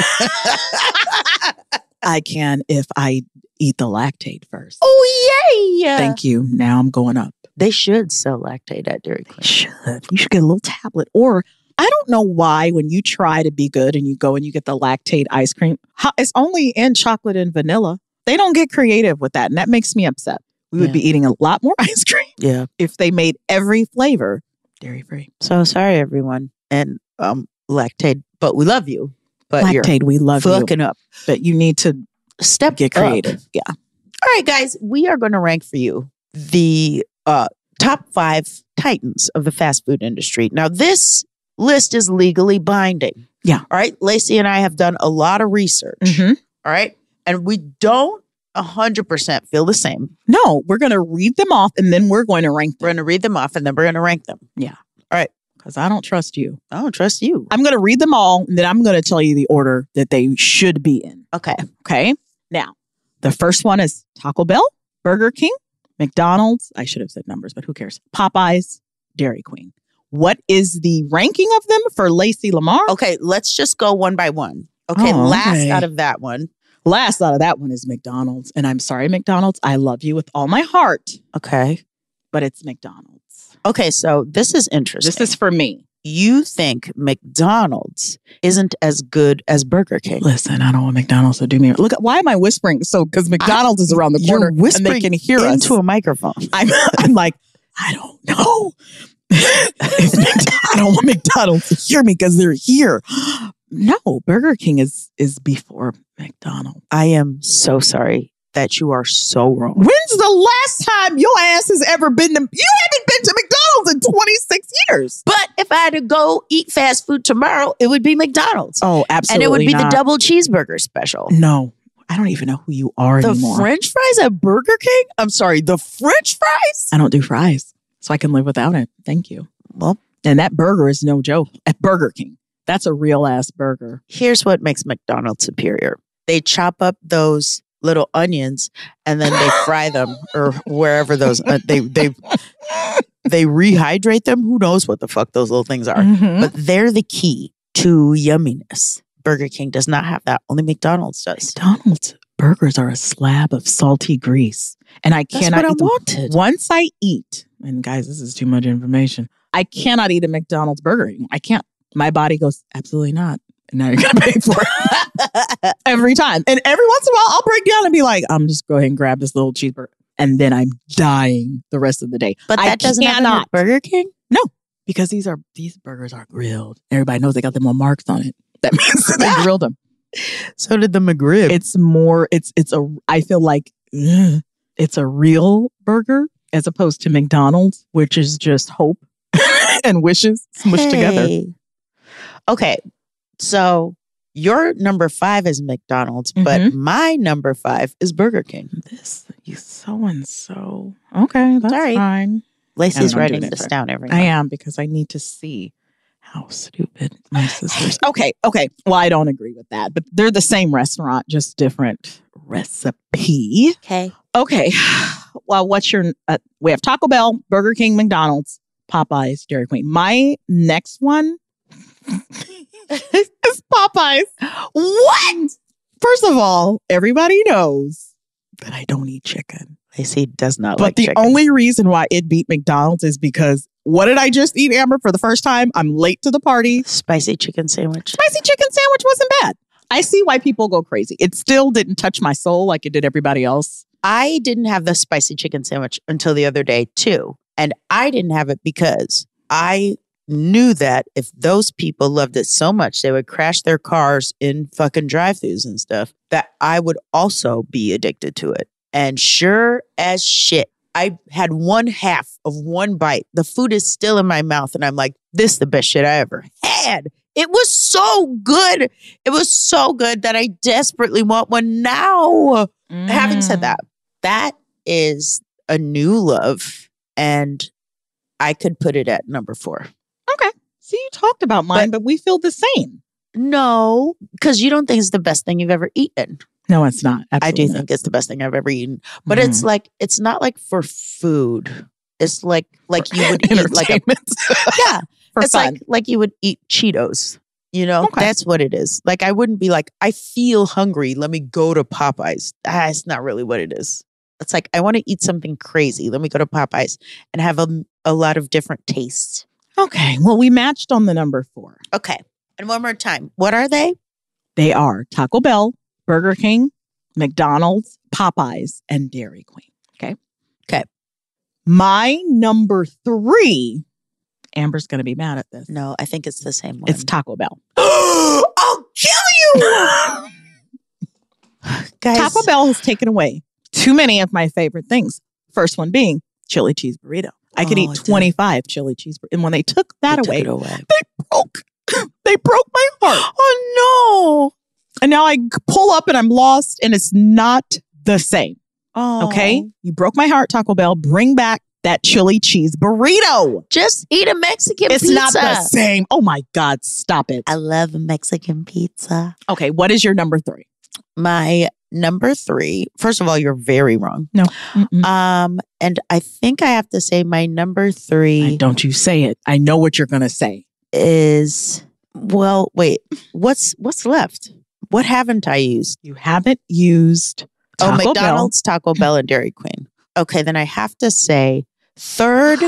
Speaker 3: I can if I eat the lactate first.
Speaker 2: oh yeah!
Speaker 3: Thank you. Now I'm going up.
Speaker 2: They should sell lactate at Dairy Queen.
Speaker 3: should. You should get a little tablet. Or I don't know why when you try to be good and you go and you get the lactate ice cream, how, it's only in chocolate and vanilla. They don't get creative with that. And that makes me upset. We would
Speaker 2: Yeah.
Speaker 3: be eating a lot more ice cream
Speaker 2: Yeah.
Speaker 3: if they made every flavor dairy free.
Speaker 2: So sorry everyone and um lactate, but we love you. But you're
Speaker 3: Lactate, we love
Speaker 2: fucking up.
Speaker 3: you, but you need to
Speaker 2: Step
Speaker 3: get
Speaker 2: up.
Speaker 3: creative. Yeah.
Speaker 2: All right, guys, we are going to rank for you the uh, top five titans of the fast food industry. Now, this list is legally binding.
Speaker 3: Yeah.
Speaker 2: All right. Lacey and I have done a lot of research.
Speaker 3: Mhm.
Speaker 2: All right.
Speaker 3: and we don't 100% feel the same.
Speaker 2: No, we're going to read them off and then we're going to rank
Speaker 3: We're going
Speaker 2: them
Speaker 3: to read them off and then we're going to rank them.
Speaker 2: because I don't trust you.
Speaker 3: I don't trust you.
Speaker 2: I'm going to read them all and then I'm going to tell you the order that they should be in.
Speaker 3: Okay.
Speaker 2: Okay. Now, the first one is Taco Bell, Burger King, McDonald's. I should have said numbers, but who cares? Popeyes, Dairy Queen. What is the ranking of them for Lacey Lamar?
Speaker 3: Okay. Let's just go one by one. Okay.
Speaker 2: Oh,
Speaker 3: last
Speaker 2: okay.
Speaker 3: out of that one.
Speaker 2: Last out of that one is McDonald's. And I'm sorry, McDonald's. I love you with all my heart,
Speaker 3: Okay.
Speaker 2: but it's McDonald's.
Speaker 3: Okay. So this is interesting.
Speaker 2: This is for me.
Speaker 3: you think McDonald's isn't as good as Burger King.
Speaker 2: Listen, I don't want McDonald's to do me. Look, why am I whispering? So, because McDonald's is around the
Speaker 3: You're
Speaker 2: corner and they
Speaker 3: whispering
Speaker 2: can hear us.
Speaker 3: Into a microphone.
Speaker 2: I'm, I'm like, I don't know. If Mc- I don't want McDonald's to hear me because they're here. No, Burger King is is before McDonald's.
Speaker 3: I am so sorry that you are so wrong.
Speaker 2: When's the last time your ass has ever been to? You haven't been to McDonald's in 26 years.
Speaker 3: But if I had to go eat fast food tomorrow, it would be McDonald's.
Speaker 2: Oh,
Speaker 3: and
Speaker 2: absolutely.
Speaker 3: it would be
Speaker 2: not.
Speaker 3: the double cheeseburger special.
Speaker 2: No, I don't even know who you are
Speaker 3: The
Speaker 2: anymore.
Speaker 3: French fries at Burger King? I'm sorry, the French fries?
Speaker 2: I don't do fries, so I can live without it. Thank you.
Speaker 3: Well,
Speaker 2: And that burger is no joke at Burger King. That's a real ass burger.
Speaker 3: here's what makes McDonald's superior. They chop up those little onions and then they fry them or wherever those uh, they they they rehydrate them. Who knows what the fuck those little things are?
Speaker 2: Mm-hmm.
Speaker 3: But they're the key to yumminess. Burger King does not have that. Only McDonald's does.
Speaker 2: McDonald's burgers are a slab of salty grease, and I
Speaker 3: That's what
Speaker 2: cannot
Speaker 3: I
Speaker 2: eat them.
Speaker 3: wanted.
Speaker 2: Once I eat, and guys, this is too much information. I cannot eat a McDonald's burger. anymore. I can't. My body goes absolutely not. And now you're gonna pay for it every time. And every once in a while, I'll break down and be like, "I'm just go ahead and grab this little cheeseburger," and then I'm dying the rest of the day.
Speaker 3: But
Speaker 2: I
Speaker 3: that doesn't happen at
Speaker 2: cannot.
Speaker 3: Burger King.
Speaker 2: because these are these burgers are grilled. Everybody knows they got them on marks on it. That means that they grilled them.
Speaker 3: So did the McRib.
Speaker 2: It's more. It's it's a. I feel like ugh, it's a real burger as opposed to McDonald's, which is just hope and wishes smushed together.
Speaker 3: Hey. Okay, so your number five is McDonald's, but my number five is Burger King.
Speaker 2: This you so and so. Okay, that's
Speaker 3: Sorry.
Speaker 2: fine.
Speaker 3: Lacey's
Speaker 2: I'm doing
Speaker 3: writing
Speaker 2: it
Speaker 3: this
Speaker 2: for-
Speaker 3: down every
Speaker 2: I
Speaker 3: night.
Speaker 2: am because I need to see how stupid my sisters. Okay, okay. Well, I don't agree with that, but they're the same restaurant, just different recipe.
Speaker 3: Okay.
Speaker 2: Okay. Well, what's your? Uh, we have Taco Bell, Burger King, McDonald's, Popeyes, Dairy Queen. My next one is Popeyes. What? First of all, everybody knows that I don't eat chicken.
Speaker 3: Lacey does not
Speaker 2: but
Speaker 3: like
Speaker 2: the
Speaker 3: chicken.
Speaker 2: only reason why it beat McDonald's is because what did I just eat, Amber, for the first time? I'm late to the party.
Speaker 3: spicy chicken sandwich.
Speaker 2: Spicy chicken sandwich wasn't bad. I see why people go crazy. It still didn't touch my soul like it did everybody else.
Speaker 3: I didn't have the spicy chicken sandwich until the other day too, and I didn't have it because I knew that if those people loved it so much, they would crash their cars in fucking drive-throughs and stuff. That I would also be addicted to it. And sure as shit, I had one half of one bite. The food is still in my mouth, and I'm like, "This the best shit I ever had." It was so good. It was so good that I desperately want one now. Having said
Speaker 2: Mm.
Speaker 3: that, that is a new love, and I could put it at number four.
Speaker 2: See, you talked about mine, but, we feel the same.
Speaker 3: No, because you don't think it's the best thing you've ever eaten.
Speaker 2: No, it's not.
Speaker 3: I do think it's the best thing I've ever eaten, but
Speaker 2: Mm.
Speaker 3: it's like it's not like for food. It's like like you would eat like a yeah.
Speaker 2: for
Speaker 3: it's
Speaker 2: fun.
Speaker 3: like like you would eat Cheetos. You know,
Speaker 2: Okay.
Speaker 3: that's what it is. Like I wouldn't be like I feel hungry. Let me go to Popeyes. Ah, it's not really what it is. It's like I want to eat something crazy. Let me go to Popeyes and have a a lot of different tastes.
Speaker 2: okay, well, we matched on the number four.
Speaker 3: Okay. And one more time, what are they?
Speaker 2: They are Taco Bell, Burger King, McDonald's, Popeyes, and Dairy Queen. Okay.
Speaker 3: Okay.
Speaker 2: My number three, Amber's going to be mad at this.
Speaker 3: No, I think it's the same one.
Speaker 2: It's Taco Bell.
Speaker 3: I'll kill you, guys.
Speaker 2: Taco Bell has taken away too many of my favorite things. First one being chili cheese burrito. I could
Speaker 3: Oh,
Speaker 2: eat
Speaker 3: dude.
Speaker 2: 25 chili cheese burritos. And when they took
Speaker 3: They
Speaker 2: that
Speaker 3: took
Speaker 2: away,
Speaker 3: it away.
Speaker 2: they broke. they broke my heart.
Speaker 3: Oh And now I pull up and I'm lost and it's not the same.
Speaker 2: Oh,
Speaker 3: Okay. You broke my heart, Taco Bell. Bring back that chili cheese burrito.
Speaker 2: Just eat a Mexican
Speaker 3: It's
Speaker 2: pizza.
Speaker 3: not the same. Oh my God, stop it.
Speaker 2: I love Mexican pizza.
Speaker 3: Okay, what is your number three?
Speaker 2: My number three. First of all, you're very wrong.
Speaker 3: No. Mm-hmm.
Speaker 2: Um, and I think I have to say my number
Speaker 3: I-
Speaker 2: three
Speaker 3: don't you say it. I know what you're going to say.
Speaker 2: is well, wait, what's what's left? What haven't I used?
Speaker 3: You haven't used
Speaker 2: oh,
Speaker 3: Taco Mm-hmm.
Speaker 2: McDonald's, Taco Bell, and Dairy Queen. Okay, then I have to say third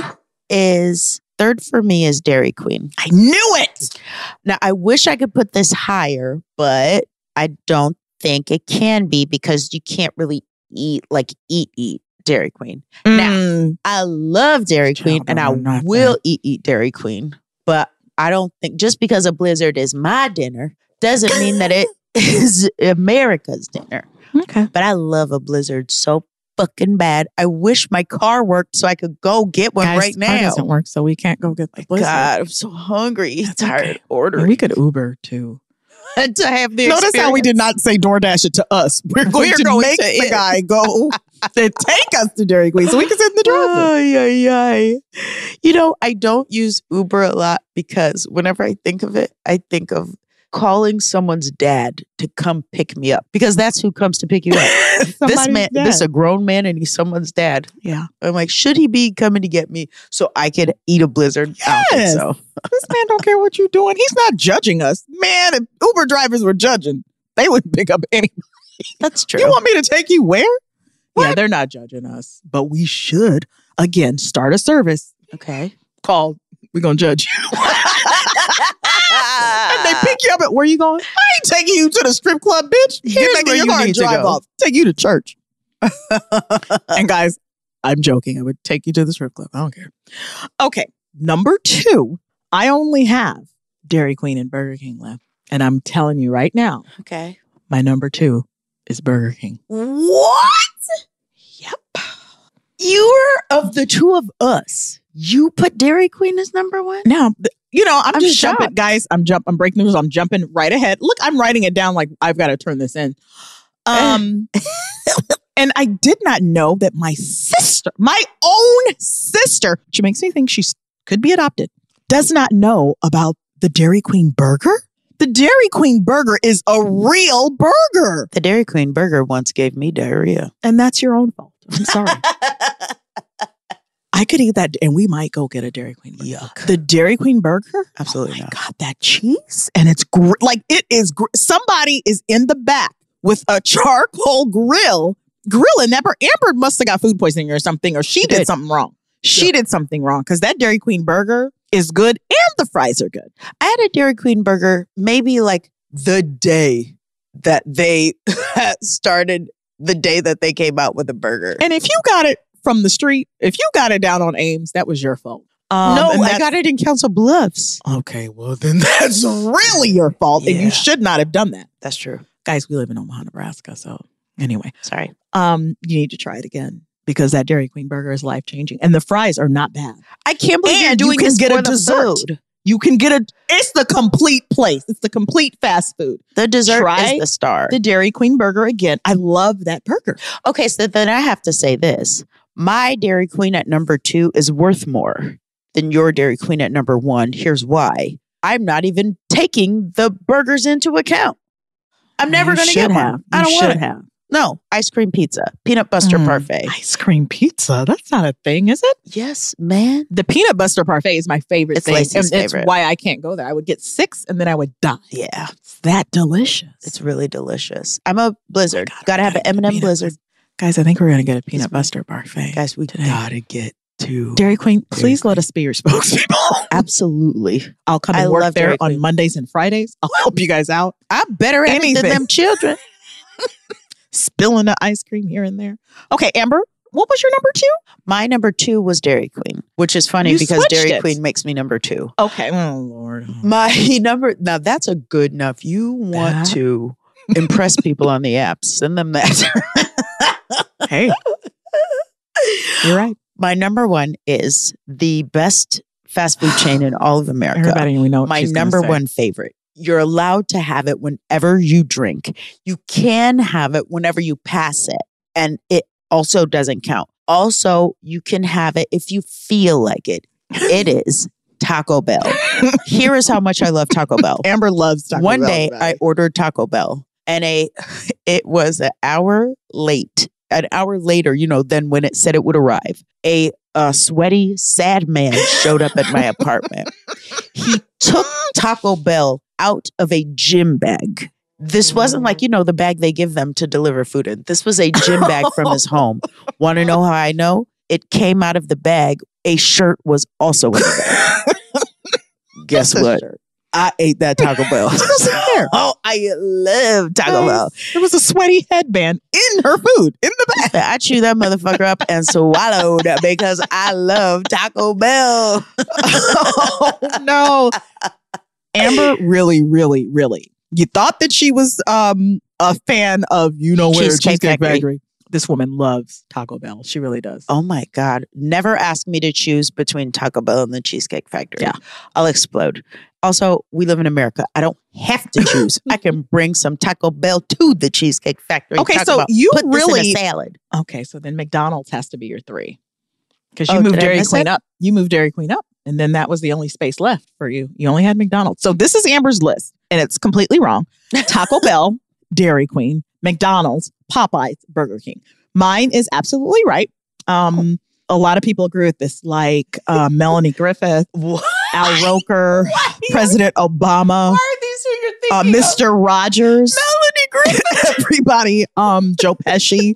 Speaker 2: is third for me is Dairy Queen.
Speaker 3: Bell. I knew it.
Speaker 2: Now, I wish I could put this higher, but I don't think it can be because you can't really eat like eat eat Dairy Queen.
Speaker 3: Now,
Speaker 2: I love Dairy
Speaker 3: Child,
Speaker 2: Queen and
Speaker 3: no,
Speaker 2: I
Speaker 3: not that.
Speaker 2: will eat eat Dairy Queen, but I don't think just because a blizzard is my dinner doesn't mean that it is America's dinner.
Speaker 3: okay.
Speaker 2: But I love a blizzard so fucking bad. I wish my car worked so I could go get one
Speaker 3: Guys,
Speaker 2: right
Speaker 3: Car
Speaker 2: now.
Speaker 3: doesn't work, so we can't go get the blizzard.
Speaker 2: God, I'm so hungry.
Speaker 3: That's
Speaker 2: tired
Speaker 3: okay.
Speaker 2: of ordering.
Speaker 3: And we could Uber too.
Speaker 2: to have the
Speaker 3: Notice how we did not say DoorDash it to us. We're going
Speaker 2: We're
Speaker 3: to
Speaker 2: going
Speaker 3: make
Speaker 2: to
Speaker 3: the
Speaker 2: it.
Speaker 3: guy go to take us to Dairy Queen so we can sit in the driver.
Speaker 2: Ay, ay, ay. You know, I don't use Uber a lot because whenever I think of it, I think of calling someone's dad to come pick me up because that's who comes to pick you up. this man, this is a grown man, and he's someone's dad.
Speaker 3: yeah.
Speaker 2: I'm like, should he be coming to get me so I could eat a blizzard? I
Speaker 3: Yes.
Speaker 2: don't think so.
Speaker 3: This man don't care what you're doing. He's not judging us. Man, if Uber drivers were judging, they wouldn't pick up any.
Speaker 2: That's true.
Speaker 3: You want me to take you where? Yeah,
Speaker 2: What?
Speaker 3: they're not judging us, but we should again start a service
Speaker 2: okay.
Speaker 3: called "We Gonna Judge You." and they pick you up at where you going? I ain't taking you to the strip club, bitch. Get
Speaker 2: Here's
Speaker 3: back in
Speaker 2: where
Speaker 3: your
Speaker 2: you
Speaker 3: car and
Speaker 2: need to
Speaker 3: drive
Speaker 2: go.
Speaker 3: off. Take you to church. and guys, I'm joking. I would take you to the strip club. I don't care. Okay, number two. I only have Dairy Queen and Burger King left, and I'm telling you right now,
Speaker 2: okay.
Speaker 3: my number two is Burger King.
Speaker 2: What?
Speaker 3: Yep.
Speaker 2: You're of the two of us. You put Dairy Queen as number one?
Speaker 3: Now, th- you know, I'm,
Speaker 2: I'm
Speaker 3: just jumping,
Speaker 2: shocked.
Speaker 3: guys. I'm jump. I'm breaking news. I'm jumping right ahead. Look, I'm writing it down like I've got to turn this in. Um, and I did not know that my sister, my own sister, which makes me think she could be adopted, does not know about the Dairy Queen burger. The Dairy Queen burger is a real burger,
Speaker 2: The Dairy Queen burger once gave me diarrhea.
Speaker 3: and that's your own fault. I'm sorry. I could eat that, and we might go get a Dairy Queen. Burger.
Speaker 2: Yuck.
Speaker 3: The Dairy Queen burger,
Speaker 2: Absolutely
Speaker 3: Oh my
Speaker 2: not.
Speaker 3: God, that cheese and it's gr- like it is. Gr- somebody is in the back with a charcoal grill grilling that. bur- Amber must have got food poisoning or something, or she
Speaker 2: She
Speaker 3: did,
Speaker 2: did.
Speaker 3: something wrong. She did something wrong because that Dairy Queen burger is good and the fries are good.
Speaker 2: I had a Dairy Queen burger maybe like the day that they started, the day that they came out with a burger.
Speaker 3: And if you got it from the street, if you got it down on Ames, that was your fault. Um,
Speaker 2: no,
Speaker 3: and
Speaker 2: I
Speaker 3: that's-
Speaker 2: got it in Council Bluffs.
Speaker 3: Okay, well then that's really your fault, and
Speaker 2: Yeah.
Speaker 3: you should not have done that.
Speaker 2: That's true.
Speaker 3: Guys, we live in Omaha, Nebraska, so anyway.
Speaker 2: Sorry.
Speaker 3: um, you need to try it again because that Dairy Queen burger is life changing, and the fries are not bad.
Speaker 2: I can't believe
Speaker 3: And
Speaker 2: you're
Speaker 3: you
Speaker 2: doing
Speaker 3: can
Speaker 2: this
Speaker 3: get
Speaker 2: for
Speaker 3: a
Speaker 2: the
Speaker 3: dessert.
Speaker 2: food.
Speaker 3: You can get a. It's the complete place. It's the complete fast food.
Speaker 2: The dessert
Speaker 3: Try
Speaker 2: is the star.
Speaker 3: The Dairy Queen burger again. I love that burger.
Speaker 2: okay, so then I have to say this. My Dairy Queen at number two is worth more than your Dairy Queen at number one. Here's why. I'm not even taking the burgers into account. I'm never
Speaker 3: You
Speaker 2: going to
Speaker 3: should
Speaker 2: get
Speaker 3: have.
Speaker 2: one. I
Speaker 3: You
Speaker 2: don't
Speaker 3: should
Speaker 2: want it.
Speaker 3: have
Speaker 2: No, ice cream pizza, peanut butter
Speaker 3: Mm.
Speaker 2: parfait.
Speaker 3: ice cream pizza. That's not a thing, is it?
Speaker 2: Yes, man.
Speaker 3: The peanut butter parfait is my favorite
Speaker 2: It's
Speaker 3: thing,
Speaker 2: Lacey's
Speaker 3: and
Speaker 2: favorite.
Speaker 3: it's why I can't go there. I would get six, and then I would die.
Speaker 2: Yeah,
Speaker 3: It's that delicious.
Speaker 2: it's really delicious. I'm a blizzard.
Speaker 3: Oh my God,
Speaker 2: Gotta
Speaker 3: I
Speaker 2: have an
Speaker 3: gotta get
Speaker 2: M&M
Speaker 3: peanut
Speaker 2: blizzard.
Speaker 3: Guys, I think we're gonna get a
Speaker 2: It's
Speaker 3: peanut
Speaker 2: my-
Speaker 3: butter parfait.
Speaker 2: Guys, we
Speaker 3: today.
Speaker 2: gotta get to.
Speaker 3: Dairy Queen,
Speaker 2: Dairy
Speaker 3: please let us be your spokespeople.
Speaker 2: Absolutely.
Speaker 3: I'll come and
Speaker 2: I
Speaker 3: work
Speaker 2: love
Speaker 3: there
Speaker 2: Dairy
Speaker 3: on
Speaker 2: Queen.
Speaker 3: Mondays and Fridays. I'll help you guys out.
Speaker 2: I'm better at it
Speaker 3: Anything.
Speaker 2: than them children.
Speaker 3: Spilling the ice cream here and there. Okay, Amber, what was your number two?
Speaker 2: My number two was Dairy Queen, which is funny
Speaker 3: You
Speaker 2: because
Speaker 3: switched
Speaker 2: Dairy
Speaker 3: it.
Speaker 2: Queen makes me number two.
Speaker 3: Okay. Oh Lord.
Speaker 2: My number now that's a good enough. You want
Speaker 3: That-
Speaker 2: to impress people on the app. Send them that.
Speaker 3: hey, you're right.
Speaker 2: My number one is the best fast food chain in all of America.
Speaker 3: Everybody we know. what
Speaker 2: Oh, My
Speaker 3: she's gonna
Speaker 2: number
Speaker 3: say.
Speaker 2: one favorite You're allowed to have it whenever you drink. You can have it whenever you pass it. And it also doesn't count. Also, you can have it if you feel like it. It is Taco Bell. Here is how much I love Taco Bell.
Speaker 3: Amber loves Taco
Speaker 2: One
Speaker 3: Bell
Speaker 2: day
Speaker 3: today.
Speaker 2: I ordered Taco Bell and a it was an hour late. An hour later, you know, than when it said it would arrive. A, a sweaty, sad man showed up at my apartment. He took Taco Bell out of a gym bag. This wasn't like, you know, the bag they give them to deliver food in. This was a gym bag from his home. Want to know how I know? It came out of the bag. A shirt was also in the bag. Guess
Speaker 3: That's a
Speaker 2: what? I ate that Taco Bell. oh, I love Taco Bell.
Speaker 3: There was a sweaty headband in her food in the back.
Speaker 2: I chewed that motherfucker up and swallowed because I love Taco Bell.
Speaker 3: oh no. Amber really, really, really. You thought that she was um a fan of you know where
Speaker 2: Cheesecake Factory.
Speaker 3: This woman loves Taco Bell. She really does.
Speaker 2: Oh my God. Never ask me to choose between Taco Bell and the Cheesecake Factory.
Speaker 3: Yeah.
Speaker 2: I'll explode. Also, we live in America. I don't have to choose. I can bring some Taco Bell to the Cheesecake Factory.
Speaker 3: Okay,
Speaker 2: Taco
Speaker 3: so
Speaker 2: Bell.
Speaker 3: you
Speaker 2: Put this in a
Speaker 3: really-
Speaker 2: salad.
Speaker 3: Okay, so then McDonald's has to be your three. Because you
Speaker 2: Oh,
Speaker 3: moved
Speaker 2: did I
Speaker 3: Dairy
Speaker 2: miss
Speaker 3: Queen
Speaker 2: it?
Speaker 3: up. You moved Dairy Queen up. And then that was the only space left for you. You only had McDonald's. So this is Amber's list, and it's completely wrong. Taco Bell, Dairy Queen, McDonald's, Popeyes, Burger King. Mine is absolutely right. Um, a lot of people agree with this, like uh, Melanie Griffith, Al Roker, President Obama,
Speaker 2: are these who you're
Speaker 3: uh, Mr. Rogers.
Speaker 2: Melanie
Speaker 3: Everybody, um, Joe Pesci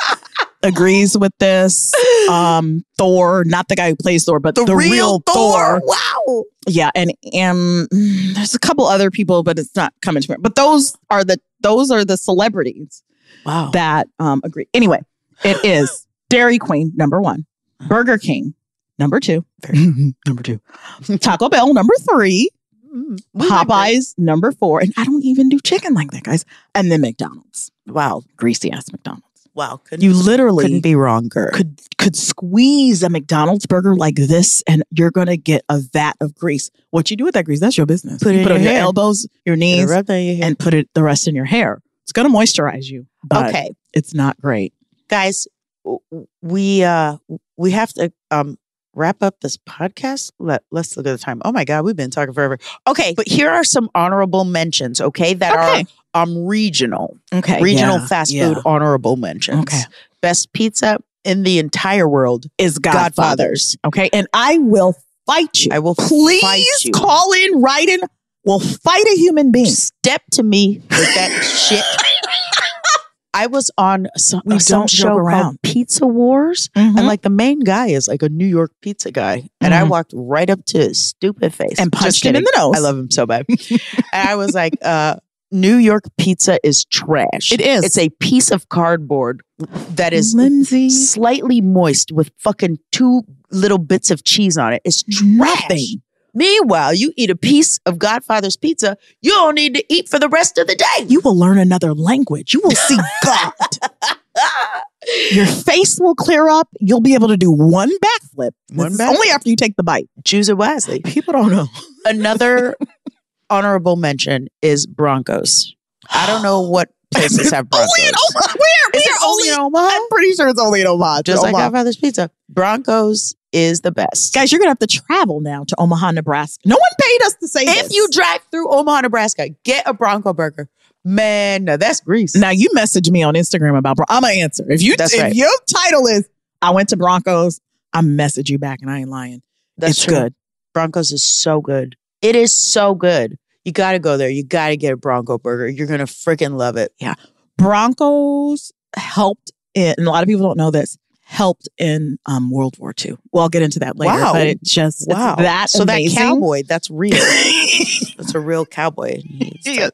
Speaker 3: agrees with this. Um, Thor, not the guy who plays Thor, but the, real, Thor.
Speaker 2: Wow.
Speaker 3: Yeah, and um, mm, there's a couple other people, but it's not coming to me. But those are the those are the celebrities
Speaker 2: Wow.
Speaker 3: that um agree. Anyway, it is Dairy Queen number one, Burger King number two, number two, Taco Bell number three, Mm-hmm. Popeyes number four, and I don't even do chicken like that, guys. And then McDonald's,
Speaker 2: Wow.
Speaker 3: greasy ass McDonald's.
Speaker 2: Wow. Couldn't,
Speaker 3: You literally
Speaker 2: couldn't be wronger.
Speaker 3: could could squeeze a McDonald's burger like this, and you're gonna get a vat of grease. What you do with that grease, that's your business.
Speaker 2: Put it
Speaker 3: you
Speaker 2: in
Speaker 3: put it on
Speaker 2: your
Speaker 3: your
Speaker 2: hair.
Speaker 3: elbows, your knees,
Speaker 2: and
Speaker 3: and put it the rest in your hair. It's gonna moisturize you. But
Speaker 2: okay,
Speaker 3: it's not great.
Speaker 2: guys, w- w- we uh we have to um wrap up this podcast. Let Let's look at the time. Oh my god, we've been talking forever. Okay, but here are some honorable mentions. Okay, that
Speaker 3: Okay.
Speaker 2: are um regional,
Speaker 3: Okay.
Speaker 2: regional
Speaker 3: yeah,
Speaker 2: fast
Speaker 3: yeah.
Speaker 2: food honorable mentions.
Speaker 3: Okay.
Speaker 2: best pizza in the entire world,
Speaker 3: is Godfather's.
Speaker 2: Godfather's.
Speaker 3: Okay, and I will fight you.
Speaker 2: I will
Speaker 3: Please
Speaker 2: fight you.
Speaker 3: call in, write in. We'll fight a human being.
Speaker 2: Step to me with that shit. I was on some,
Speaker 3: We
Speaker 2: some
Speaker 3: don't joke
Speaker 2: show
Speaker 3: around. Hmm?
Speaker 2: called Pizza Wars. And
Speaker 3: And,
Speaker 2: like the main guy is like a New York pizza guy. And I
Speaker 3: Mhm.
Speaker 2: walked right up to his stupid face
Speaker 3: and
Speaker 2: Just
Speaker 3: punched him in
Speaker 2: kidding.
Speaker 3: the nose.
Speaker 2: I love him so bad. and I was like, uh, New York pizza is trash.
Speaker 3: It is.
Speaker 2: It's a piece of cardboard that is
Speaker 3: Lindsay.
Speaker 2: slightly moist with fucking two little bits of cheese on it. It's trash.
Speaker 3: Nothing.
Speaker 2: Meanwhile, you eat a piece of Godfather's pizza, you don't need to eat for the rest of the day.
Speaker 3: You will learn another language. You will see God. Your face will clear up. You'll be able to do one backflip.
Speaker 2: One
Speaker 3: This is
Speaker 2: backflip.
Speaker 3: Only after you take the bite.
Speaker 2: Choose it wisely.
Speaker 3: People don't know.
Speaker 2: another honorable mention is Broncos. I don't know what places have Broncos.
Speaker 3: Only in Omaha. Where?
Speaker 2: Is
Speaker 3: We
Speaker 2: it
Speaker 3: are only.
Speaker 2: only in Omaha?
Speaker 3: I'm pretty sure it's only in Omaha.
Speaker 2: Just like
Speaker 3: Omaha.
Speaker 2: Godfather's Pizza. Broncos is the best.
Speaker 3: guys, you're gonna have to travel now to Omaha, Nebraska. No one paid us to say
Speaker 2: if
Speaker 3: this.
Speaker 2: you drive through Omaha, Nebraska, get a Bronco burger. Man, now that's grease.
Speaker 3: Now you message me on Instagram about Bron- I'm gonna answer. If you
Speaker 2: That's
Speaker 3: if
Speaker 2: right.
Speaker 3: your title is I went to Broncos, I message you back and I ain't lying.
Speaker 2: that's
Speaker 3: it's
Speaker 2: true.
Speaker 3: good.
Speaker 2: Broncos is so good. It is so good. You got to go there. You got to get a Bronco burger. You're going to freaking love it.
Speaker 3: Broncos helped in and a lot of people don't know this, helped in um, World War II. Well, I'll get into that later.
Speaker 2: Wow.
Speaker 3: But it just it's
Speaker 2: Wow.
Speaker 3: that
Speaker 2: so
Speaker 3: amazing.
Speaker 2: that cowboy, that's real. that's a real cowboy. He's
Speaker 3: Yes.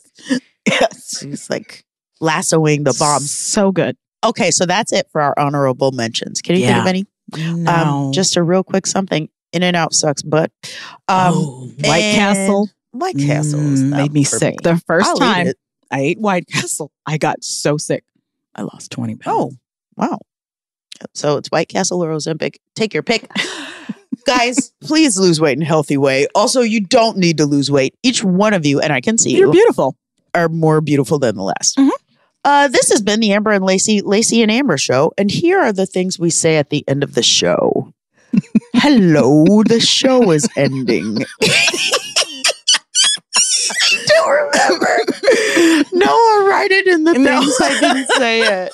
Speaker 2: yes. He's like lassoing the bomb.
Speaker 3: So good.
Speaker 2: Okay, so that's it for our honorable mentions. Can you think of
Speaker 3: Yeah.
Speaker 2: any?
Speaker 3: No.
Speaker 2: Um, just a real quick something. In and out sucks, but um,
Speaker 3: Oh, White
Speaker 2: and
Speaker 3: Castle
Speaker 2: White Castle is
Speaker 3: Mm,
Speaker 2: not
Speaker 3: made me
Speaker 2: for
Speaker 3: sick.
Speaker 2: me.
Speaker 3: The 1st
Speaker 2: I'll eat
Speaker 3: time
Speaker 2: it.
Speaker 3: I ate White Castle, I got so sick. I lost 20 pounds.
Speaker 2: Oh, wow. So it's White Castle or Ozempic. Take your pick. Guys, please lose weight in a healthy way. Also, you don't need to lose weight. Each one of you, and I can see
Speaker 1: You're
Speaker 2: you,
Speaker 1: beautiful.
Speaker 2: are more beautiful than the last.
Speaker 1: Mhm.
Speaker 2: Uh, this has been the Amber and Lacey, Lacey and Amber show. And here are the things we say at the end of the show. Hello, the show is ending. I don't remember. no, I'll write it in the
Speaker 1: No.
Speaker 2: things I didn't say it.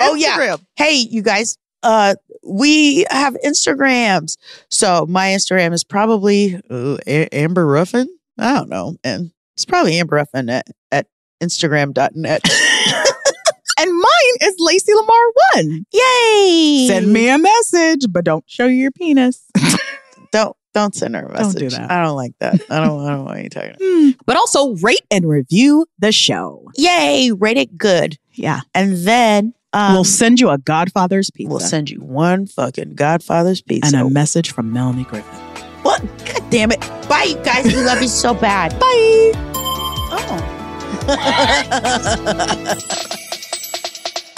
Speaker 2: Oh, yeah. Hey, you guys, uh, we have Instagrams. So my Instagram is probably uh, A- Amber Ruffin. I don't know. And it's probably Amber Ruffin at, at Instagram.net.
Speaker 1: And mine is Lacey Lamar One.
Speaker 2: Yay.
Speaker 1: Send me a message, but don't show your penis.
Speaker 2: Don't. Don't send her a
Speaker 1: Don't
Speaker 2: message.
Speaker 1: do that.
Speaker 2: I don't like that. I don't. I don't want you talking. About.
Speaker 1: but also rate and review the show.
Speaker 2: Yay! Rate it good,
Speaker 1: Yeah.
Speaker 2: and then um,
Speaker 1: we'll send you a Godfather's pizza.
Speaker 2: we'll send you one fucking Godfather's
Speaker 1: and
Speaker 2: pizza.
Speaker 1: a message from Melanie Griffin.
Speaker 2: what? God damn it! Bye, you guys. We love you so bad. Oh.
Speaker 1: Bye.